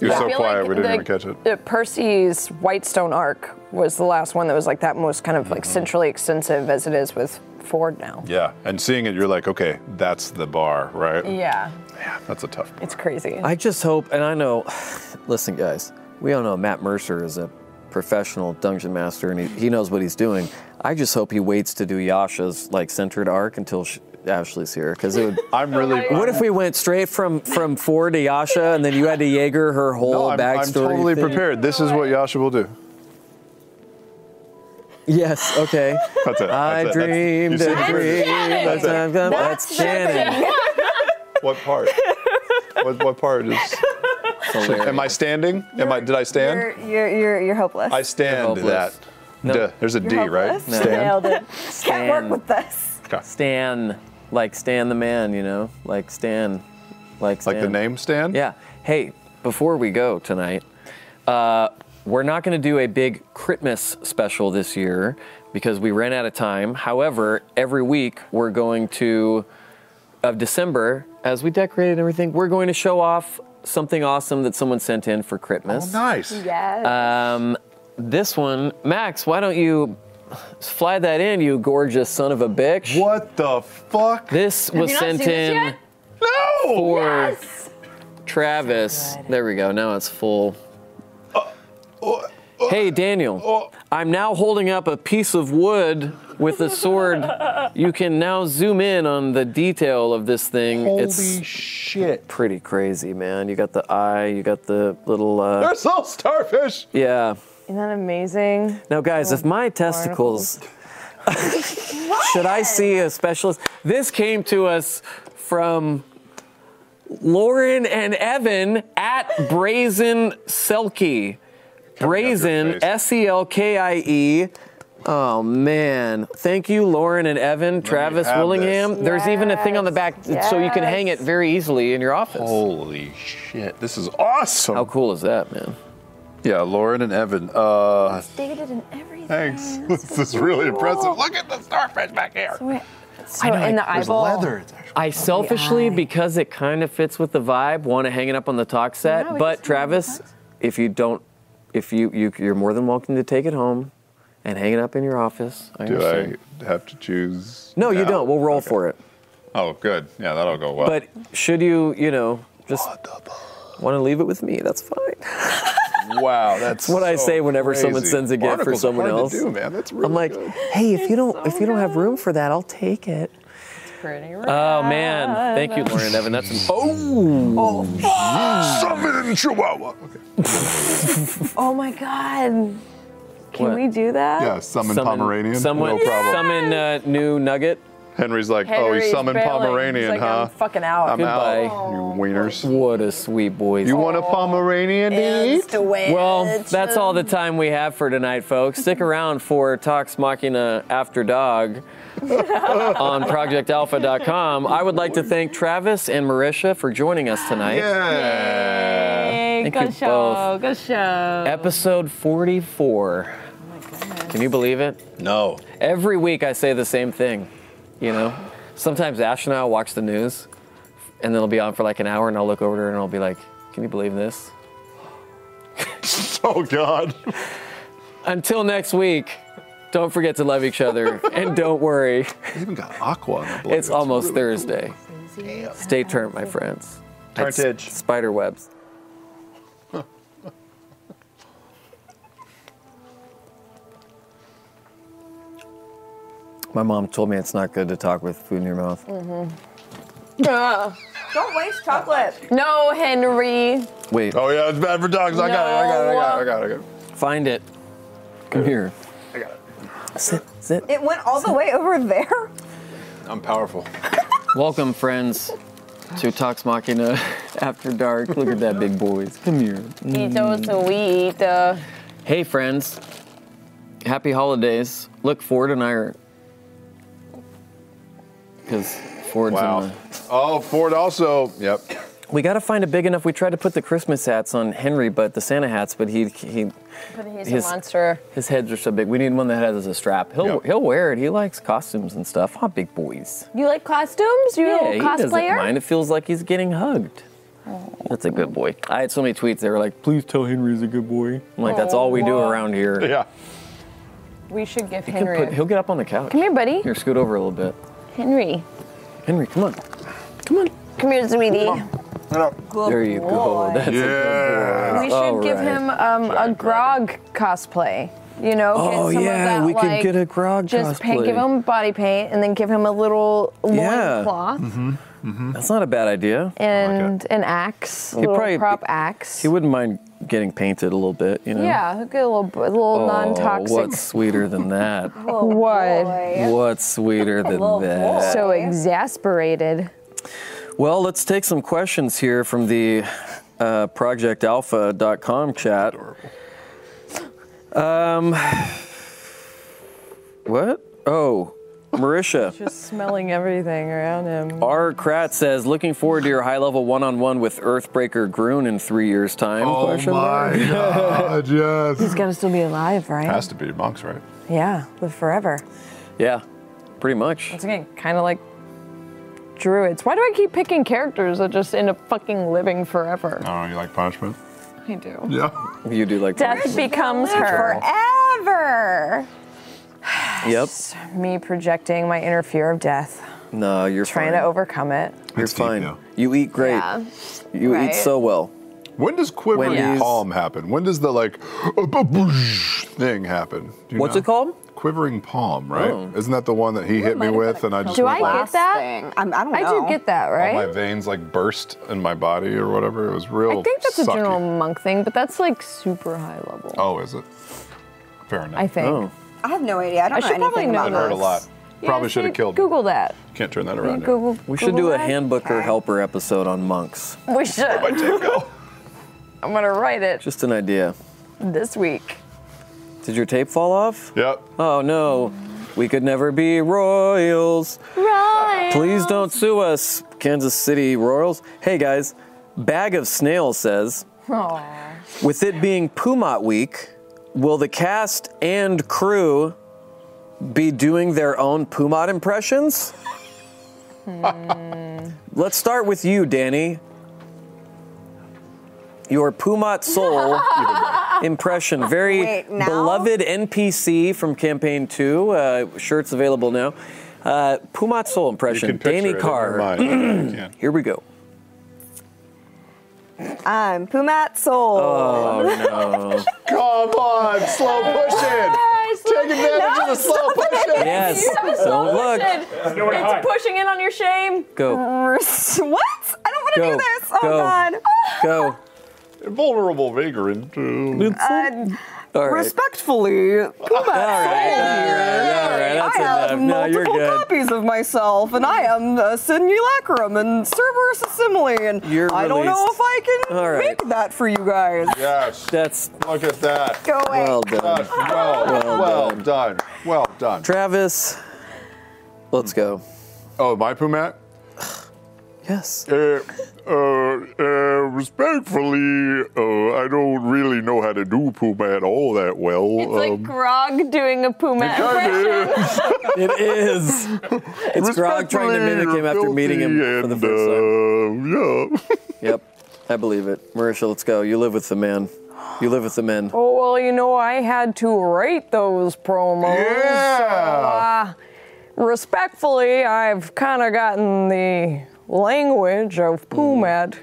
Speaker 7: He was
Speaker 9: I
Speaker 7: so
Speaker 9: feel
Speaker 7: quiet,
Speaker 9: like
Speaker 7: we didn't
Speaker 9: the-
Speaker 7: even catch it.
Speaker 9: uh, Percy's Whitestone arc was the last one that was like that most kind of
Speaker 7: Mm-hmm.
Speaker 9: like centrally extensive as it is with Ford now.
Speaker 7: Yeah, and seeing it, you're like, okay, that's the bar, right?
Speaker 9: Yeah,
Speaker 7: Yeah, that's a tough. Bar.
Speaker 9: it's crazy.
Speaker 6: I just hope, and I know, listen, guys, we all know Matt Mercer is a professional dungeon master and he, he knows what he's doing. I just hope he waits to do Yasha's like centered arc until sh Ashley's here because it would.
Speaker 7: I'm really.
Speaker 6: What if we went straight from from four to Yasha and then you had to Jaeger her whole
Speaker 7: No, I'm, I'm
Speaker 6: backstory?
Speaker 7: totally
Speaker 6: thing?
Speaker 7: prepared. This is what Yasha will do.
Speaker 6: Yes. Okay.
Speaker 7: That's it.
Speaker 6: I
Speaker 7: that's it, that's-
Speaker 6: dreamed
Speaker 7: you see
Speaker 6: a
Speaker 7: the
Speaker 6: dream.
Speaker 7: vision. That's it.
Speaker 6: That's Shannon.
Speaker 7: What part? what, what part is? Am I standing? Am I? Did I stand?
Speaker 10: You're you're you're, you're hopeless.
Speaker 7: I stand
Speaker 6: You're
Speaker 7: that.
Speaker 6: hopeless. No.
Speaker 7: Duh, There's a D, right?
Speaker 6: No.
Speaker 7: Stand.
Speaker 10: Nailed it. Can't work
Speaker 6: Stan.
Speaker 10: with this.
Speaker 6: Stan, like Stan the man, you know, like Stan, like Stan.
Speaker 7: Like the name Stan?
Speaker 6: Yeah. Hey, before we go tonight, uh, we're not going to do a big Christmas special this year because we ran out of time. However, every week we're going to of December, as we decorated and everything, we're going to show off something awesome that someone sent in for Christmas.
Speaker 7: Nice.
Speaker 10: Yes.
Speaker 6: Um, this one, Max, why don't you fly that in, you gorgeous son of a bitch?
Speaker 7: What the fuck?
Speaker 6: This was
Speaker 2: you not
Speaker 6: sent
Speaker 2: seen this
Speaker 6: in
Speaker 2: yet?
Speaker 7: No.
Speaker 6: for Travis. There we go. Now it's full. Hey, Daniel. I'm now holding up a piece of wood with a sword. you can now zoom in on the detail of this thing.
Speaker 7: Holy
Speaker 6: it's
Speaker 7: shit.
Speaker 6: pretty crazy, man. You got the eye, you got the little. Uh,
Speaker 7: There's all starfish.
Speaker 6: yeah.
Speaker 9: Isn't that amazing?
Speaker 6: Now, guys, if my testicles. should I see a specialist? This came to us from Lauren and Evan at Brazen Selkie. Brazen,
Speaker 7: face.
Speaker 6: S E L K I E. Oh man. Thank you, Lauren and Evan, Travis
Speaker 7: have
Speaker 6: Willingham.
Speaker 7: this.
Speaker 6: There's even a thing on the back so you can hang it very easily in your office.
Speaker 7: Holy shit. This is awesome.
Speaker 6: How cool is that, man?
Speaker 7: Yeah, Lauren and Evan. Uh,
Speaker 10: Dated and everything.
Speaker 7: thanks. This is really impressive. Look at the starfish back here.
Speaker 9: So in the eyeball.
Speaker 6: I selfishly, because it kind of fits with the vibe, want to hang it up on the talk set.
Speaker 9: No, we
Speaker 6: but
Speaker 9: just hang it on the
Speaker 6: Travis, if you don't if you, you you're more than welcome to take it home and hang it up in your office. I
Speaker 7: Do
Speaker 6: understand.
Speaker 7: I have to choose?
Speaker 6: No, you
Speaker 7: now?
Speaker 6: don't. We'll roll for it.
Speaker 7: Oh, good. Yeah, that'll go well.
Speaker 6: But should you, you know, just want to leave it with me, that's fine.
Speaker 7: wow, that's
Speaker 6: what I
Speaker 7: so
Speaker 6: say whenever someone
Speaker 7: crazy.
Speaker 6: sends a gift for
Speaker 7: Articles are
Speaker 6: someone
Speaker 7: hard to
Speaker 6: else.
Speaker 7: do, man. That's really
Speaker 6: I'm like, hey, if you don't if you don't have room for that, I'll take it.
Speaker 12: Pretty
Speaker 6: Oh man, thank you, Lauren Evan. That's an
Speaker 7: oh.
Speaker 6: "Ah."
Speaker 12: Summoning
Speaker 7: Chihuahua.
Speaker 12: oh my god. Can
Speaker 6: What?
Speaker 12: we do that?
Speaker 7: Yeah, summon, Pomeranian.
Speaker 6: Someone,
Speaker 7: no problem.
Speaker 6: Summon uh, new Nugget.
Speaker 7: Henry's like, oh,
Speaker 12: Henry's
Speaker 7: he summoned
Speaker 12: bailing.
Speaker 7: Pomeranian,
Speaker 12: He's like,
Speaker 7: huh?
Speaker 12: I'm fucking out.
Speaker 7: I'm
Speaker 6: Goodbye.
Speaker 7: out. You wieners.
Speaker 6: What a sweet boy.
Speaker 7: You want a Pomeranian to eat?
Speaker 6: Well, that's all the time we have for tonight, folks. Stick around for Talks Machina After Dog on ProjectAlpha.com. I would like to thank Travis and Marisha for joining us tonight.
Speaker 12: Hey,
Speaker 6: Thank you
Speaker 12: good show.
Speaker 6: both.
Speaker 12: Good show. Oh,
Speaker 6: Episode 44. Can you believe it?
Speaker 7: No.
Speaker 6: Every week I say the same thing, you know? Sometimes Ash and I will watch the news and then it'll be on for like an hour and I'll look over to her and I'll be like, can you believe this?
Speaker 7: oh, God.
Speaker 6: Until next week, don't forget to love each other and don't worry.
Speaker 7: even got aqua on the
Speaker 6: It's, almost Thursday. Stay turned, my friends. It's
Speaker 7: Tartage.
Speaker 6: Spider webs.
Speaker 13: My mom told me it's not good to talk with food in your mouth.
Speaker 7: Mm.
Speaker 12: Ugh.
Speaker 10: Don't waste chocolate.
Speaker 12: No, Henry.
Speaker 13: Wait.
Speaker 7: Oh, yeah, it's bad for dogs. I got it. I got it. I got it. I got it. I got it.
Speaker 6: Find it.
Speaker 13: Come here.
Speaker 7: I got it.
Speaker 6: Sit, sit.
Speaker 10: It went all the way over there.
Speaker 7: I'm powerful.
Speaker 6: Welcome, friends, to Talks Machina After Dark. Look at that big boys. Come here.
Speaker 12: sweet.
Speaker 6: Hey, friends. Happy holidays. Look, Ford and I are. Because Ford's in
Speaker 7: Wow.
Speaker 6: the.
Speaker 7: Oh, Ford also. Yep.
Speaker 6: We got to find a big enough. We tried to put the Christmas hats on Henry, but the Santa hats, but he. he
Speaker 12: But he's
Speaker 6: His-
Speaker 12: a monster.
Speaker 6: his heads are so big. We need one that has a strap. He'll
Speaker 7: Yeah.
Speaker 6: he'll wear it. He likes costumes and stuff. Huh, big boys.
Speaker 12: You like costumes? You
Speaker 6: yeah,
Speaker 12: a
Speaker 6: he doesn't
Speaker 12: cosplayer? Oh.
Speaker 6: mind. It feels like he's getting hugged. That's a good boy. I had so many tweets. They were like, "Please tell Henry he's a good boy." I'm like,
Speaker 12: Oh,
Speaker 6: "That's all we do
Speaker 12: Aw.
Speaker 6: around here."
Speaker 7: Yeah.
Speaker 12: We should give
Speaker 6: He can
Speaker 12: Henry.
Speaker 6: put, he'll get up on the couch.
Speaker 12: Come here, buddy.
Speaker 6: Here, scoot over a little bit.
Speaker 12: Henry.
Speaker 6: Henry, come on.
Speaker 12: Come here, sweetie.
Speaker 6: there you go. That's a good
Speaker 7: Oh,
Speaker 6: boy.
Speaker 12: We should
Speaker 6: All
Speaker 12: give
Speaker 6: right.
Speaker 12: him um, a grog cosplay. You know, get
Speaker 6: Oh,
Speaker 12: some
Speaker 6: yeah,
Speaker 12: of that,
Speaker 6: we could
Speaker 12: like,
Speaker 6: get a grog
Speaker 12: just Paint, give
Speaker 6: cosplay.
Speaker 12: him body paint and then give him a little loin
Speaker 6: Yeah.
Speaker 12: cloth
Speaker 6: That's not a bad idea.
Speaker 12: and an axe, a
Speaker 6: He'd
Speaker 12: little
Speaker 6: probably-
Speaker 12: prop axe.
Speaker 6: He wouldn't mind getting painted a little bit, you know.
Speaker 12: Yeah, he'll get a little, a little
Speaker 6: Oh,
Speaker 12: non-toxic.
Speaker 6: what's sweeter than that?
Speaker 12: what?
Speaker 6: What's sweeter than that?
Speaker 12: So exasperated.
Speaker 6: Well, let's take some questions here from the uh, projectalpha.com chat. Um, what? Oh, Marisha.
Speaker 9: Just smelling everything around him.
Speaker 6: R. Krat says, looking forward to your high level one on one with Earthbreaker Groon in three years' time.
Speaker 7: Oh,
Speaker 6: Question mark.
Speaker 7: my God. Yes.
Speaker 9: He's got to still be alive, right?
Speaker 7: Has to be monks, right?
Speaker 9: Yeah, live forever.
Speaker 6: Yeah, pretty much.
Speaker 9: Once again, kind of like
Speaker 12: Druids. Why do I keep picking characters that just end up fucking living forever?
Speaker 7: I don't know. You like punishment?
Speaker 12: I do.
Speaker 7: Yeah.
Speaker 6: You do like
Speaker 12: Death becomes her.
Speaker 10: Forever.
Speaker 6: Yep.
Speaker 9: me projecting my inner fear of death,
Speaker 6: No, you're
Speaker 9: trying
Speaker 6: fine.
Speaker 9: to overcome it.
Speaker 6: You're
Speaker 7: That's deep,
Speaker 6: fine.
Speaker 7: though.
Speaker 6: you eat great.
Speaker 12: Yeah.
Speaker 6: You eat
Speaker 12: Right.
Speaker 6: so well.
Speaker 7: When does quivering
Speaker 6: Wendy's.
Speaker 7: palm happen? When does the like thing happen? Do you
Speaker 6: What's
Speaker 7: know?
Speaker 6: it called? Oh.
Speaker 7: Quivering palm, right? Isn't that the one that he hit me with, and I just
Speaker 12: Do
Speaker 7: went
Speaker 12: I
Speaker 7: like,
Speaker 12: get that?
Speaker 10: Thing. I'm, I do not
Speaker 12: I
Speaker 10: know.
Speaker 12: do get that, right?
Speaker 7: all my veins like burst in my body or whatever? It was real.
Speaker 12: I think that's a
Speaker 7: sucky.
Speaker 12: general monk thing, but that's like super high level.
Speaker 7: Oh, is it? Fair enough.
Speaker 12: I think.
Speaker 6: Oh.
Speaker 10: I have no idea. I don't
Speaker 12: I
Speaker 10: know
Speaker 12: should
Speaker 10: anything
Speaker 12: probably know
Speaker 10: about
Speaker 7: I've heard a
Speaker 10: this.
Speaker 7: lot.
Speaker 12: Yeah,
Speaker 7: Probably
Speaker 12: see,
Speaker 7: should have killed. me.
Speaker 12: Google that.
Speaker 7: Can't turn that around. now.
Speaker 12: Google.
Speaker 6: We should
Speaker 12: Google
Speaker 6: do a
Speaker 12: that.
Speaker 6: handbooker helper episode on monks.
Speaker 12: We should.
Speaker 7: My tape go.
Speaker 12: I'm gonna write it
Speaker 6: Just an idea.
Speaker 12: this week.
Speaker 6: Did your tape fall off?
Speaker 7: Yep.
Speaker 6: Oh no. We could never be royals.
Speaker 12: Right.
Speaker 6: Please don't sue us, Kansas City Royals. Hey guys, Bag of Snails says With it being Pumat week, will the cast and crew be doing their own Pumat impressions?
Speaker 10: Hmm.
Speaker 6: Let's start with you, Danny. Your Pumat soul impression. Very
Speaker 10: Wait, now?
Speaker 6: beloved NPC from campaign two. Uh, shirts available now. Uh, Pumat Soul impression.
Speaker 7: picture it
Speaker 6: Danny
Speaker 7: in
Speaker 6: Carr.
Speaker 7: your mind. Yeah.
Speaker 6: Here we go.
Speaker 10: I'm Pumat Soul.
Speaker 6: Oh no.
Speaker 7: Come on, slow pushing. Take advantage of the slow pushing.
Speaker 6: Yes.
Speaker 12: Stop it,
Speaker 6: Don't
Speaker 12: slow
Speaker 6: look.
Speaker 12: motion.
Speaker 7: nowhere to hide.
Speaker 12: It's pushing in on your shame.
Speaker 6: Go.
Speaker 12: what? I don't want
Speaker 6: Go.
Speaker 10: Oh,
Speaker 6: go. Go.
Speaker 7: Vulnerable vagrant. too.
Speaker 6: All right.
Speaker 10: Uh, Respectfully, Pumat Uh, Soul here.
Speaker 6: all right, that's
Speaker 10: I have
Speaker 6: enough. No, you're
Speaker 10: multiple
Speaker 6: good.
Speaker 10: copies of myself, and I am uh, Simulacrum and Cerberus Assimile, and
Speaker 6: You're
Speaker 10: I don't know
Speaker 6: released.
Speaker 10: if I can
Speaker 6: All right.
Speaker 10: make that for you guys.
Speaker 7: Yes.
Speaker 6: That's
Speaker 7: Look at that.
Speaker 10: Go away.
Speaker 13: Well done.
Speaker 7: Yes, Well,
Speaker 13: Well
Speaker 7: well, done. Well done.
Speaker 13: Travis, let's go.
Speaker 7: Oh, my Pumat?
Speaker 13: Yes.
Speaker 11: Uh, uh, uh, respectfully, uh, I don't really know how to do Pumat all that well. um, uh,
Speaker 12: It's like Grog doing a Pumat impression.
Speaker 6: It is. It's Grog trying to mimic him after meeting him for the first
Speaker 10: uh,
Speaker 6: time.
Speaker 11: time. yeah.
Speaker 13: Yep. I believe it. Marisha, let's go. You live with the man. You live with the men.
Speaker 9: Oh, well, you know, I had to write those promos.
Speaker 7: Yeah.
Speaker 9: So, uh, respectfully, I've kind of gotten the language of
Speaker 7: Hmm.
Speaker 9: Pumet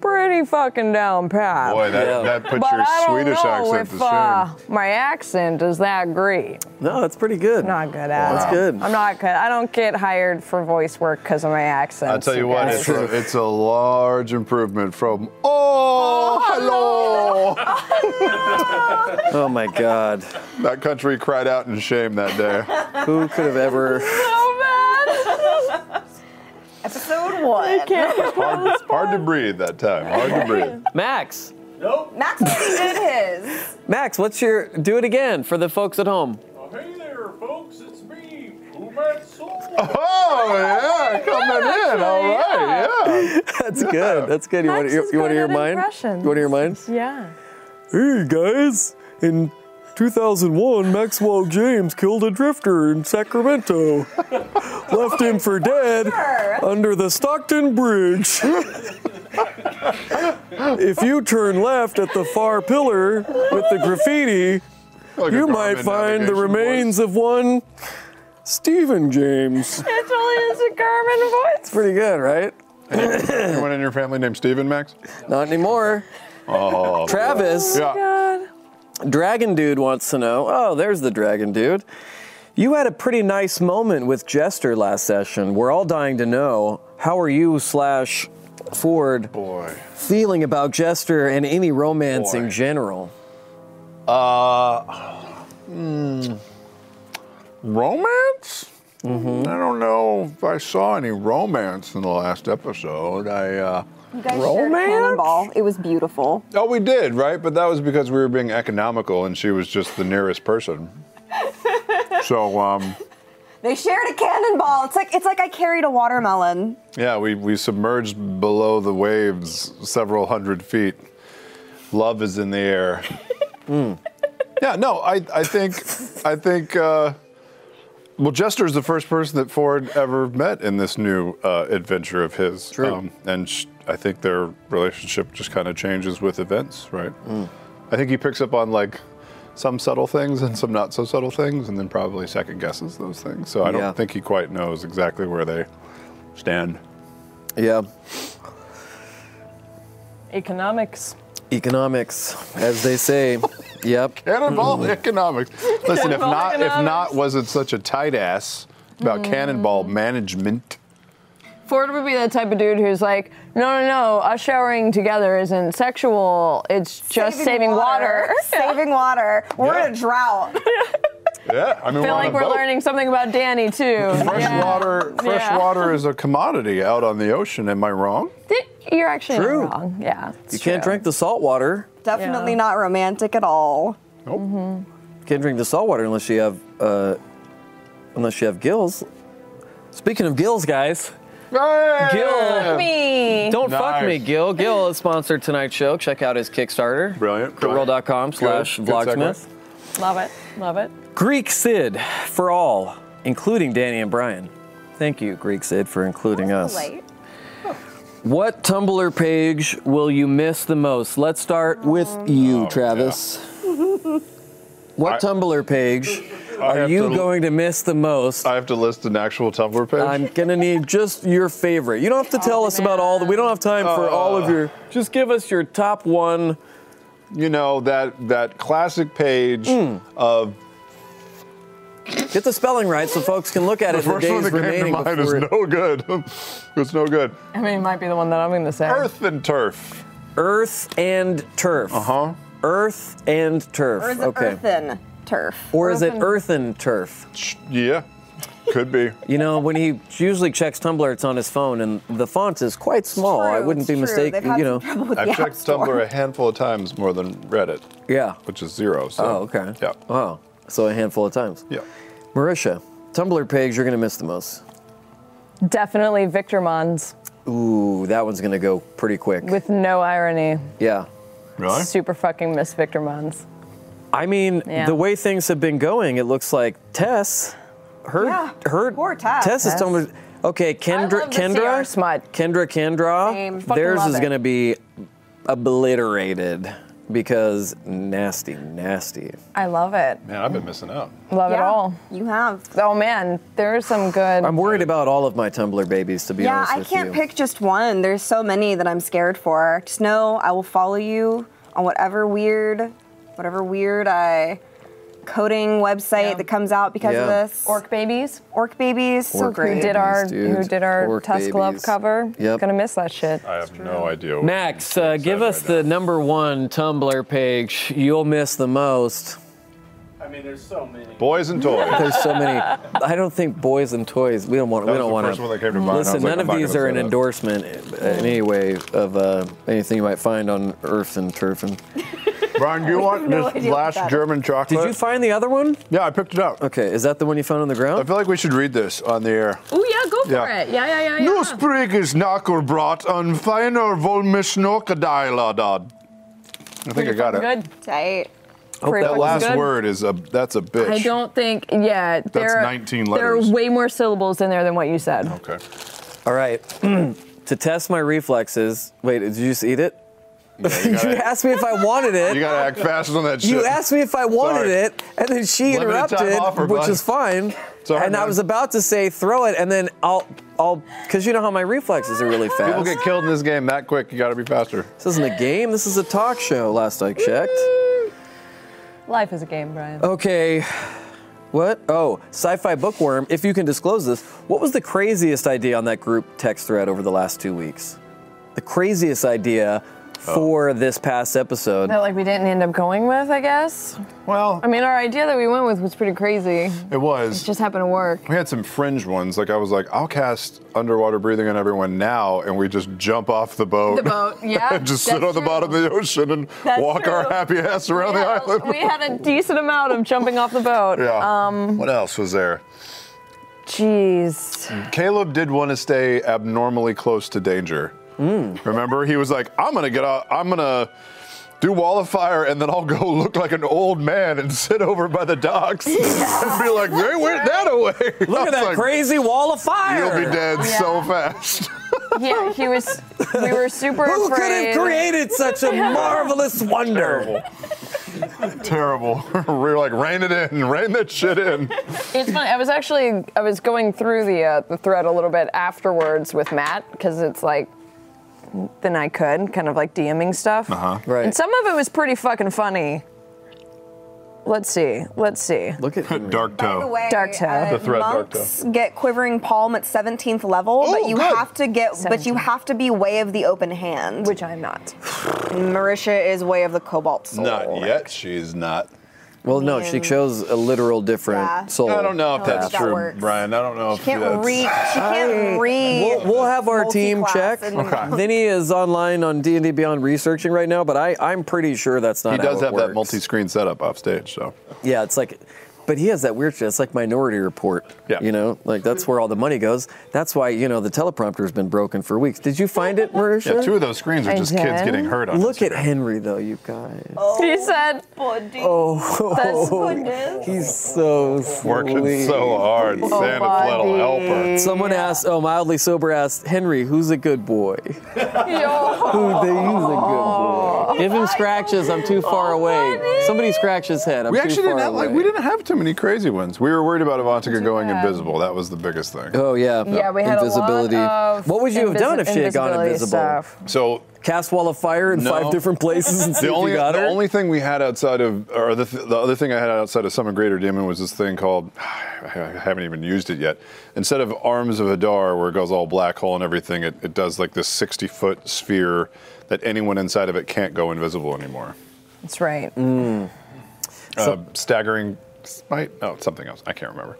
Speaker 9: pretty fucking down pat.
Speaker 7: Boy, that,
Speaker 6: Yeah.
Speaker 7: that puts
Speaker 9: but
Speaker 7: your
Speaker 9: I don't
Speaker 7: Swedish
Speaker 9: know
Speaker 7: accent
Speaker 9: if
Speaker 7: to
Speaker 9: uh,
Speaker 7: shame.
Speaker 9: my accent is that great.
Speaker 13: No, that's pretty good.
Speaker 9: Not good at
Speaker 13: That's
Speaker 9: it.
Speaker 13: good.
Speaker 9: I'm not good. I don't get hired for voice work because of my accent.
Speaker 7: I'll tell you what, it's a, it's a large improvement from, oh, hello.
Speaker 13: Oh my God.
Speaker 7: that country cried out in shame that day.
Speaker 13: Who could have ever?
Speaker 10: Episode one.
Speaker 7: Hard, hard to breathe that time. Hard to breathe.
Speaker 6: Max.
Speaker 10: Max already did his.
Speaker 6: Max, what's your do it again for the folks at home?
Speaker 11: Hey there, folks. It's me, Pumat Soul.
Speaker 7: Oh, yeah, coming in. All right, yeah.
Speaker 6: That's good. That's good. You want
Speaker 9: Max
Speaker 6: you,
Speaker 9: is
Speaker 6: you want to
Speaker 9: good
Speaker 6: hear
Speaker 9: at
Speaker 6: mine?
Speaker 9: impressions.
Speaker 6: You want to hear mine?
Speaker 9: Yeah.
Speaker 6: Hey guys, in 2001, Maxwell James killed a drifter in Sacramento, left him for dead under the Stockton Bridge. if you turn left at the far pillar with the graffiti,
Speaker 7: Like a
Speaker 6: you
Speaker 7: drum
Speaker 6: might
Speaker 7: and
Speaker 6: find the
Speaker 7: navigation
Speaker 6: remains of one Stephen James.
Speaker 9: It totally is a Garmin voice.
Speaker 6: Pretty good, right?
Speaker 7: voice. Anyone in your family named Steven, Max?
Speaker 6: Not anymore.
Speaker 7: Oh,
Speaker 6: Travis.
Speaker 7: yeah.
Speaker 6: Dragon Dude wants to know. Oh, there's the Dragon Dude. You had a pretty nice moment with Jester last session. We're all dying to know how are you slash Ford
Speaker 7: Boy.
Speaker 6: feeling about Jester and any romance in
Speaker 7: Boy.
Speaker 6: general.
Speaker 7: Uh, hmm, romance?
Speaker 6: Mm-hmm.
Speaker 7: I don't know if I saw any romance in the last episode. I uh,
Speaker 10: You guys shared
Speaker 7: Romance?
Speaker 10: cannonball. It was beautiful.
Speaker 7: oh, we did, right? But that was because we were being economical, and she was just the nearest person. so um,
Speaker 10: They shared a cannonball. It's like it's like I carried a watermelon.
Speaker 7: yeah, we we submerged below the waves several hundred feet. Love is in the air. Hmm. Yeah, no, I I think I think. Uh, Well, Jester is the first person that Ford ever met in this new uh, adventure of his. True. and sh- I think their relationship just kind of changes with events, right? I think he picks up on like some subtle things and some not so subtle things, and then probably second guesses those things. So I don't
Speaker 13: Yeah.
Speaker 7: think he quite knows exactly where they stand.
Speaker 13: Yeah.
Speaker 9: Economics.
Speaker 13: Economics, as they say. yep.
Speaker 7: Cannonball economics. Listen, if
Speaker 9: Cannonball
Speaker 7: not, if not,
Speaker 9: economics.
Speaker 7: wasn't such a tight ass about cannonball management.
Speaker 9: Ford would be the type of dude who's like, no, no, no, us showering together isn't sexual. It's just saving, water.
Speaker 10: Saving water. We're in a drought.
Speaker 7: Yeah, I mean,
Speaker 9: I
Speaker 7: we're
Speaker 9: feel
Speaker 7: on
Speaker 9: like
Speaker 7: a
Speaker 9: we're
Speaker 7: boat.
Speaker 9: learning something about Danny, too.
Speaker 7: Fresh
Speaker 9: Yeah.
Speaker 7: water, fresh
Speaker 9: Yeah.
Speaker 7: water is a commodity out on the ocean. Am I wrong?
Speaker 9: Th- You're actually
Speaker 13: True.
Speaker 9: not wrong. Yeah.
Speaker 13: You can't drink the salt water.
Speaker 10: Definitely
Speaker 9: Yeah.
Speaker 10: not romantic at all.
Speaker 13: You can't drink the salt water unless you have uh, unless you have gills.
Speaker 6: Speaking of gills, guys,
Speaker 7: Gil,
Speaker 9: me.
Speaker 6: don't fuck
Speaker 7: Nice.
Speaker 6: me, Gil. Gil is sponsored tonight's show. Check out his Kickstarter.
Speaker 7: Brilliant.
Speaker 6: Goodroll.com
Speaker 7: Good.
Speaker 6: slash
Speaker 7: Good segue.
Speaker 6: vlogsmith.
Speaker 9: Love it. Love it.
Speaker 6: Greek Sid for all, including Danny and Brian. Thank you, Greek Sid, for including us.
Speaker 10: Light.
Speaker 6: What Tumblr page will you miss the most? Let's start with you, Travis. What
Speaker 7: Oh, I-
Speaker 6: Tumblr page are
Speaker 7: have
Speaker 6: you
Speaker 7: to-
Speaker 6: going to miss the most?
Speaker 7: I have to list an actual Tumblr page.
Speaker 6: I'm gonna need just your favorite. You don't have to tell us about all the. We don't have time for
Speaker 7: Uh,
Speaker 6: all of your. Just give us your top one.
Speaker 7: You know that that classic page of
Speaker 6: Get the spelling right so folks can look at
Speaker 7: the
Speaker 6: it. in The
Speaker 7: first one
Speaker 6: days
Speaker 7: that came to
Speaker 6: remaining
Speaker 7: mind is
Speaker 6: before it-
Speaker 7: no good. it's no good.
Speaker 9: I mean, it might be the one that I'm going to say.
Speaker 7: Earth and turf.
Speaker 6: Earth and turf. Uh
Speaker 7: huh.
Speaker 6: Earth and turf.
Speaker 10: Or is it
Speaker 6: okay.
Speaker 10: earthen turf?
Speaker 6: Or is it earthen turf?
Speaker 7: Yeah, could be.
Speaker 6: You know, when he usually checks Tumblr, it's on his phone, and the font is quite small. I wouldn't be mistaken. You know,
Speaker 7: I've checked Tumblr a handful of times more than Reddit.
Speaker 6: Yeah.
Speaker 7: Which is zero. So.
Speaker 6: Oh, okay.
Speaker 7: Yeah.
Speaker 6: Wow. So a handful of times.
Speaker 7: Yeah.
Speaker 6: Marisha, Tumblr page you're gonna miss the most.
Speaker 9: Definitely Victor Mons
Speaker 6: Ooh, that one's gonna go pretty quick.
Speaker 9: with no irony.
Speaker 6: Yeah.
Speaker 9: Super fucking miss Victor Mons.
Speaker 6: I mean,
Speaker 9: Yeah.
Speaker 6: the way things have been going, it looks like Tess, her,
Speaker 9: Yeah,
Speaker 6: her,
Speaker 9: poor Tess.
Speaker 6: Tess is telling me, okay, Kendra,
Speaker 9: love to see
Speaker 6: Kendra,
Speaker 9: our smut.
Speaker 6: Kendra, Kendra,
Speaker 9: Same. Fucking
Speaker 6: theirs
Speaker 9: love
Speaker 6: is
Speaker 9: it.
Speaker 6: going to be obliterated because nasty, nasty.
Speaker 9: I love it.
Speaker 7: Man, I've been missing out.
Speaker 9: Love it
Speaker 10: Yeah,
Speaker 9: all.
Speaker 10: You have.
Speaker 9: Oh man, there are some good.
Speaker 6: I'm worried about all of my Tumblr babies, to be
Speaker 10: yeah,
Speaker 6: honest
Speaker 10: I
Speaker 6: with
Speaker 10: can't
Speaker 6: you.
Speaker 10: pick just one. There's so many that I'm scared for. Just know I will follow you on whatever weird, whatever weird uh, coding website that comes out because of
Speaker 6: Yeah.
Speaker 10: this.
Speaker 9: Orc babies.
Speaker 10: Orc babies. so
Speaker 9: Orc
Speaker 10: great.
Speaker 9: Who did our
Speaker 6: dude.
Speaker 9: Who did our
Speaker 6: Orc
Speaker 9: Tusk Love
Speaker 6: babies.
Speaker 9: cover?
Speaker 6: Yep.
Speaker 9: Gonna miss that shit.
Speaker 7: I have no idea. What
Speaker 6: Max, uh, give us the number one Tumblr page you'll miss the most.
Speaker 4: I mean, there's so many.
Speaker 7: Boys and toys.
Speaker 6: There's so many. I don't think boys and toys. We don't want.
Speaker 7: That
Speaker 6: we
Speaker 7: was
Speaker 6: don't
Speaker 7: the
Speaker 6: want
Speaker 7: first one that came to mind. I was
Speaker 6: Listen,
Speaker 7: like,
Speaker 6: none
Speaker 7: I'm
Speaker 6: of
Speaker 7: not
Speaker 6: these
Speaker 7: gonna
Speaker 6: are
Speaker 7: say
Speaker 6: an
Speaker 7: that.
Speaker 6: endorsement in any way of uh, anything you might find on Earth and Turf. And
Speaker 7: Brian, do you want
Speaker 6: no
Speaker 7: this
Speaker 6: idea what
Speaker 7: last
Speaker 6: that is.
Speaker 7: German chocolate?
Speaker 6: did you find the other one?
Speaker 7: Yeah, I picked it up.
Speaker 6: Okay, is that the one you found on the ground?
Speaker 7: I feel like we should read this on the air.
Speaker 9: Oh yeah, go
Speaker 7: for Yeah. it.
Speaker 9: Yeah, yeah, yeah,
Speaker 7: No spriggers knacker brought on feiner volmischnockadeiladad. I think I got it.
Speaker 9: Good.
Speaker 10: Tight.
Speaker 7: That last word is a that's a bitch.
Speaker 9: I don't think. Yeah,
Speaker 7: That's
Speaker 9: there are,
Speaker 7: 19
Speaker 9: There
Speaker 7: letters.
Speaker 9: are way more syllables in there than what you said.
Speaker 7: Okay.
Speaker 6: All right. to test my reflexes. Wait, did you just eat it?
Speaker 7: you
Speaker 6: you,
Speaker 7: gotta-
Speaker 6: asked me if I wanted it.
Speaker 7: You gotta act fast on that shit.
Speaker 6: You asked me if I wanted
Speaker 7: Sorry.
Speaker 6: it, and then she
Speaker 7: Limited
Speaker 6: interrupted,
Speaker 7: time offer,
Speaker 6: which
Speaker 7: bud.
Speaker 6: is fine.
Speaker 7: Sorry,
Speaker 6: and I
Speaker 7: man.
Speaker 6: was about to say throw it, and then I'll, I'll, because you know how my reflexes are really fast.
Speaker 7: People get killed in this game that quick. You gotta be faster.
Speaker 6: This isn't a game. This is a talk show. Last I checked.
Speaker 9: Life is a game, Brian.
Speaker 6: Okay. What? Oh, sci-fi bookworm. If you can disclose this, what was the craziest idea on that group text thread over the last two weeks? The craziest idea
Speaker 7: Oh.
Speaker 6: for this past episode.
Speaker 9: That like we didn't end up going with, I guess.
Speaker 7: Well,
Speaker 9: I mean, our idea that we went with was pretty crazy.
Speaker 7: It was.
Speaker 9: It just happened to work.
Speaker 7: we had some fringe ones. Like I was like, I'll cast underwater breathing on everyone now, and we just jump off the boat.
Speaker 9: The boat, yeah,
Speaker 7: and just sit
Speaker 9: that's
Speaker 7: on the
Speaker 9: true.
Speaker 7: bottom of the ocean and
Speaker 9: That's
Speaker 7: walk our
Speaker 9: true.
Speaker 7: happy ass around
Speaker 9: We
Speaker 7: the
Speaker 9: had-
Speaker 7: island.
Speaker 9: We had a decent amount of jumping off the boat.
Speaker 7: Yeah.
Speaker 9: Um,
Speaker 7: what else was there?
Speaker 9: jeez.
Speaker 7: Caleb did want to stay abnormally close to danger.
Speaker 9: Hmm.
Speaker 7: Remember, he was like, "I'm gonna get out. I'm gonna do wall of fire, and then I'll go look like an old man and sit over by the docks and be like, they went that away."
Speaker 6: Look at that crazy wall of fire.
Speaker 7: You'll be dead so fast.
Speaker 9: Yeah, he was. We were super
Speaker 6: Who could
Speaker 9: afraid.
Speaker 6: have created such a marvelous wonder?
Speaker 7: Terrible. We're like, rein it in, rein that shit in.
Speaker 9: It's funny. I was actually I was going through the uh, the thread a little bit afterwards with Matt because it's like then I could kind of like DMing stuff.
Speaker 7: Uh-huh.
Speaker 9: And some of it was pretty fucking funny. Let's see. Let's see.
Speaker 6: Look at Henry.
Speaker 7: Dark
Speaker 10: By the
Speaker 7: toe.
Speaker 10: way,
Speaker 9: Dark toe.
Speaker 10: uh,
Speaker 7: The thread dark
Speaker 10: monks get quivering palm at 17th level, but
Speaker 7: Oh,
Speaker 10: you
Speaker 7: good.
Speaker 10: have to get, but you have to be way of the open hand.
Speaker 9: Which I'm not.
Speaker 10: And Marisha is way of the cobalt soul.
Speaker 7: yet. She's not.
Speaker 6: Well, no, she chose a literal different
Speaker 10: Yeah.
Speaker 6: soul.
Speaker 7: I don't know if
Speaker 10: Oh,
Speaker 7: that's
Speaker 10: that
Speaker 7: true,
Speaker 10: works.
Speaker 7: Brian. I don't know if
Speaker 10: She can't
Speaker 7: that's.
Speaker 10: read. She can't read.
Speaker 6: We'll, we'll have our team
Speaker 10: multi-class
Speaker 6: check.
Speaker 10: and- Okay.
Speaker 6: Vinny is online on D and D Beyond researching right now, but I, I'm pretty sure that's not.
Speaker 7: He
Speaker 6: how
Speaker 7: does
Speaker 6: it
Speaker 7: have that
Speaker 6: works.
Speaker 7: multi-screen setup off stage, so
Speaker 6: Yeah, it's like But he has that weird shit. It's like Minority Report. Yeah. You know, like that's where all the money goes. That's why you know the teleprompter has been broken for weeks. Did you find it, Marisha?
Speaker 7: Yeah, two of those screens are I just kids did. getting hurt on
Speaker 6: Look at Henry though, you guys.
Speaker 5: He said,
Speaker 6: Oh,
Speaker 5: That's
Speaker 6: he's so
Speaker 7: Working so hard.
Speaker 10: Oh,
Speaker 6: sweet.
Speaker 7: Santa Claus will help her.
Speaker 6: Someone asked, oh, mildly sober asked, Henry, who's a good boy?
Speaker 5: Oh.
Speaker 6: Who they use a good boy. Give him scratches. I'm too far away. Somebody scratch his head. I'm
Speaker 7: we
Speaker 6: too
Speaker 7: actually
Speaker 6: far
Speaker 7: didn't have,
Speaker 6: away.
Speaker 7: like we didn't have too many crazy ones. We were worried about Avantika going invisible. That was the biggest thing.
Speaker 6: Oh yeah.
Speaker 5: Yeah, we had a lot
Speaker 6: invisibility.
Speaker 5: of
Speaker 6: what would you have done if she had gone
Speaker 5: invisibility
Speaker 6: invisible?
Speaker 5: stuff.
Speaker 7: So
Speaker 6: cast wall of fire in
Speaker 7: No.
Speaker 6: five different places and see
Speaker 7: the
Speaker 6: if you
Speaker 7: only
Speaker 6: got
Speaker 7: the
Speaker 6: her?
Speaker 7: only thing we had outside of or the, th- the other thing I had outside of Summon Greater Demon was this thing called I haven't even used it yet. Instead of Arms of Hadar, where it goes all black hole and everything, it, it does like this sixty foot sphere that anyone inside of it can't go invisible anymore.
Speaker 9: That's right.
Speaker 6: Mm.
Speaker 7: uh, staggering spite? Oh, something else. I can't remember.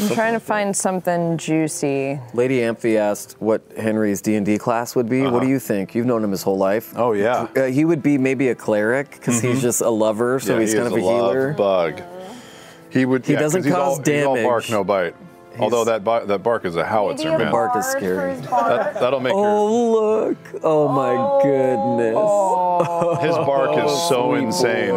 Speaker 9: I'm trying to find something juicy.
Speaker 6: Lady Amphi asked what Henry's D and D class would be. What do you think? You've known him his whole life.
Speaker 7: Uh-huh. Oh yeah. Mm-hmm.
Speaker 6: Uh, he would be maybe a cleric because he's just a lover, so
Speaker 7: Yeah,
Speaker 6: he's
Speaker 7: he
Speaker 6: kind
Speaker 7: is
Speaker 6: of a,
Speaker 7: love
Speaker 6: healer.
Speaker 7: Bug. He would.
Speaker 6: He
Speaker 7: yeah, 'cause
Speaker 6: doesn't
Speaker 7: he's
Speaker 6: cause
Speaker 7: all, He's all
Speaker 6: damage.
Speaker 7: bark, no bite. Although that bi- that bark is a howitzer,
Speaker 6: The
Speaker 7: man.
Speaker 6: bark is scary.
Speaker 7: That, that'll make your
Speaker 6: Oh look! Oh my goodness!
Speaker 7: His
Speaker 6: Oh,
Speaker 7: bark is so insane.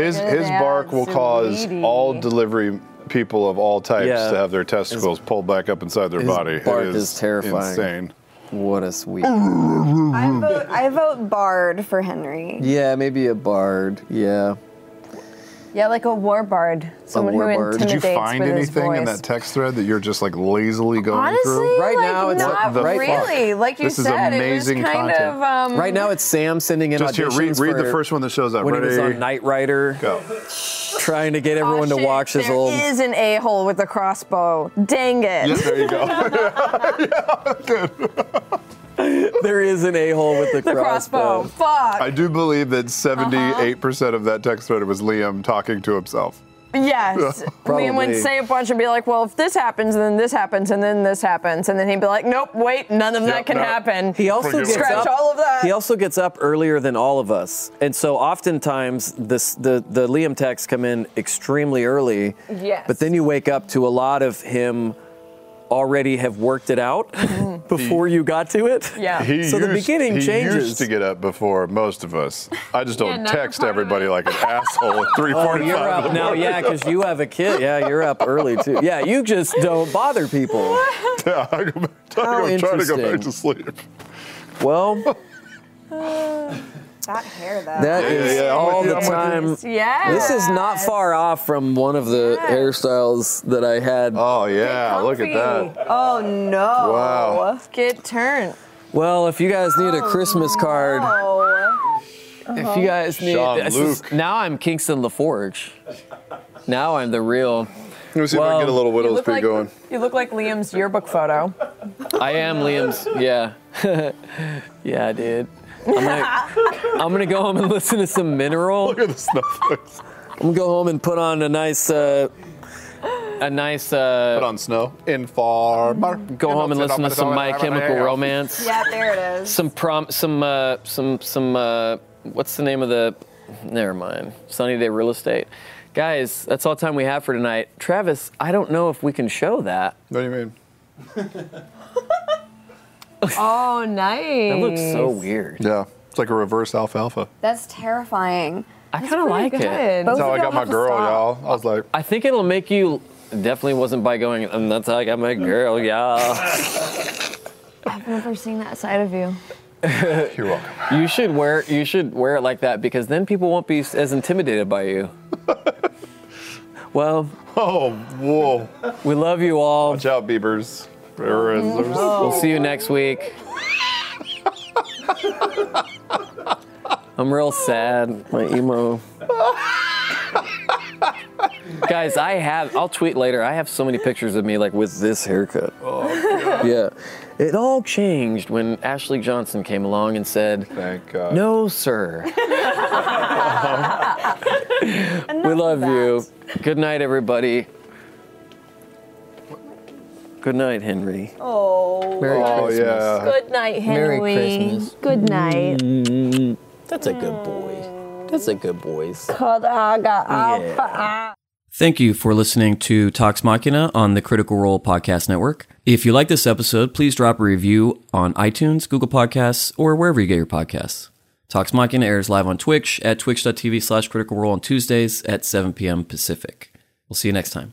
Speaker 7: His his bark will cause all delivery people of all types
Speaker 6: Yeah.
Speaker 7: to have their testicles pulled back up inside their
Speaker 6: his
Speaker 7: body. It
Speaker 6: bark is terrifying.
Speaker 7: Insane.
Speaker 6: What a sweet.
Speaker 10: I vote, I vote Bard for Henry.
Speaker 6: Yeah, maybe a bard. Yeah.
Speaker 5: Yeah, like a war bard. Someone
Speaker 6: war
Speaker 5: who
Speaker 6: bard.
Speaker 5: intimidates
Speaker 7: Did you find
Speaker 5: with his
Speaker 7: anything in
Speaker 5: voice.
Speaker 7: that text thread that you're just like lazily going
Speaker 5: Honestly,
Speaker 7: through?
Speaker 6: Right
Speaker 5: like,
Speaker 6: now, it's
Speaker 5: not
Speaker 7: What the fuck?
Speaker 5: really. Like you
Speaker 7: This is
Speaker 5: said,
Speaker 7: amazing
Speaker 5: it was kind
Speaker 7: content.
Speaker 5: of. Um,
Speaker 6: Right now, it's Sam sending in
Speaker 7: Just here, read,
Speaker 6: auditions
Speaker 7: read the
Speaker 6: for-
Speaker 7: first one that shows up.
Speaker 6: when
Speaker 7: Ready?
Speaker 6: he was on Knight Rider,
Speaker 7: Go.
Speaker 6: trying to get everyone to watch his
Speaker 9: Oh, There
Speaker 6: old.
Speaker 9: is an a hole with a crossbow. Dang it.
Speaker 7: Yes, there you go.
Speaker 6: there is an a hole with the,
Speaker 9: The crossbow. Fuck.
Speaker 7: I do believe that 78% percent of that text thread was Liam talking to himself.
Speaker 9: Yes.
Speaker 7: Probably.
Speaker 9: We would say a bunch and be like, well, if this happens, then this happens, and then this happens. And then he'd be like, nope, wait, none of that
Speaker 7: Yep,
Speaker 9: can
Speaker 7: no.
Speaker 9: happen.
Speaker 6: He also gets
Speaker 9: Scratch
Speaker 6: up,
Speaker 9: all of that.
Speaker 6: He also gets up earlier than all of us, and so oftentimes this, the the Liam texts come in extremely early.
Speaker 9: Yes.
Speaker 6: But then you wake up to a lot of him already have worked it out before you got to it.
Speaker 9: Mm-hmm. Yeah.
Speaker 7: He
Speaker 6: so the
Speaker 7: used-
Speaker 6: beginning
Speaker 7: he
Speaker 6: changes.
Speaker 7: used to get up before most of us. I just
Speaker 6: Yeah,
Speaker 7: don't
Speaker 6: now you're
Speaker 7: text
Speaker 6: part of
Speaker 7: everybody like an asshole at 3:45.
Speaker 6: Oh, you're
Speaker 7: in the
Speaker 6: up now,
Speaker 7: morning.
Speaker 6: yeah, because you have a kid. Yeah, you're up early too. Yeah, you just don't bother people.
Speaker 7: Yeah, I go back, I
Speaker 6: How
Speaker 7: go, try to go
Speaker 6: interesting.
Speaker 7: back to sleep.
Speaker 6: Well,
Speaker 10: That hair, though.
Speaker 6: that
Speaker 10: Yeah,
Speaker 6: is
Speaker 10: yeah, yeah, I'm
Speaker 6: all
Speaker 10: with you,
Speaker 6: the
Speaker 10: I'm
Speaker 6: time.
Speaker 10: with you. Yes.
Speaker 6: This is not far off from one of the hairstyles that I had.
Speaker 7: Oh yeah, look at that.
Speaker 10: Oh no.
Speaker 7: Wow.
Speaker 9: Get turned.
Speaker 6: Well, if you guys need a Christmas card,
Speaker 9: Oh.
Speaker 6: if you guys need,
Speaker 18: Sean
Speaker 6: this is- now I'm Kingston LaForge. Now I'm the real.
Speaker 7: Let me see if I
Speaker 6: Well,
Speaker 7: can get a little
Speaker 9: You
Speaker 7: widow's
Speaker 9: look,
Speaker 7: peak
Speaker 9: like,
Speaker 7: going.
Speaker 9: you look like Liam's yearbook photo.
Speaker 6: I am Liam's. Yeah, yeah, I did. I'm gonna, I'm gonna go home and listen to some mineral. Look
Speaker 7: at the snowflakes.
Speaker 6: I'm gonna go home and put on a nice, uh, a nice. Uh,
Speaker 7: Put on snow. Informer.
Speaker 6: Go home and listen to some My Chemical Romance.
Speaker 10: Yeah, there it is.
Speaker 6: some prom some uh, some some uh, what's the name of the never mind sunny day real estate guys that's all time we have for tonight travis i don't know if we can show that
Speaker 7: What do you mean?
Speaker 10: Oh, nice.
Speaker 6: that looks so weird
Speaker 7: Yeah, it's like a reverse alfalfa.
Speaker 10: That's terrifying.
Speaker 6: i kind of like Oh, it
Speaker 7: That's how I got my girl, y'all. I was like,
Speaker 6: i think it'll make you definitely wasn't by going and that's how i got my girl yeah
Speaker 5: I've never seen that side of you.
Speaker 7: you're welcome.
Speaker 6: you should wear you should wear it like that because then people won't be as intimidated by you well
Speaker 7: Oh, whoa.
Speaker 6: we love you all
Speaker 7: Watch out, Beavers.
Speaker 6: We'll see you next week. I'm real sad. My emo. Guys, I have. I'll tweet later. I have so many pictures of me like with this haircut. yeah, it all changed when Ashley Johnson came along and said,
Speaker 7: Thank God.
Speaker 6: "No, sir." we love you. Good night, everybody. Good night, Henry.
Speaker 5: Oh.
Speaker 6: Merry
Speaker 7: Oh,
Speaker 6: Christmas.
Speaker 7: yeah.
Speaker 5: Good night, Henry.
Speaker 18: Uh, Merry Christmas.
Speaker 5: Good night.
Speaker 18: Mm, That's a good boy. That's a good boy.
Speaker 5: Cause I got alpha. Thank you for listening to Talks Machina on the Critical Role Podcast Network. If you like this episode, please drop a review on iTunes, Google Podcasts, or wherever you get your podcasts. Talks Machina airs live on Twitch at twitch.tv slash critical role on Tuesdays at 7 p.m. Pacific. We'll see you next time.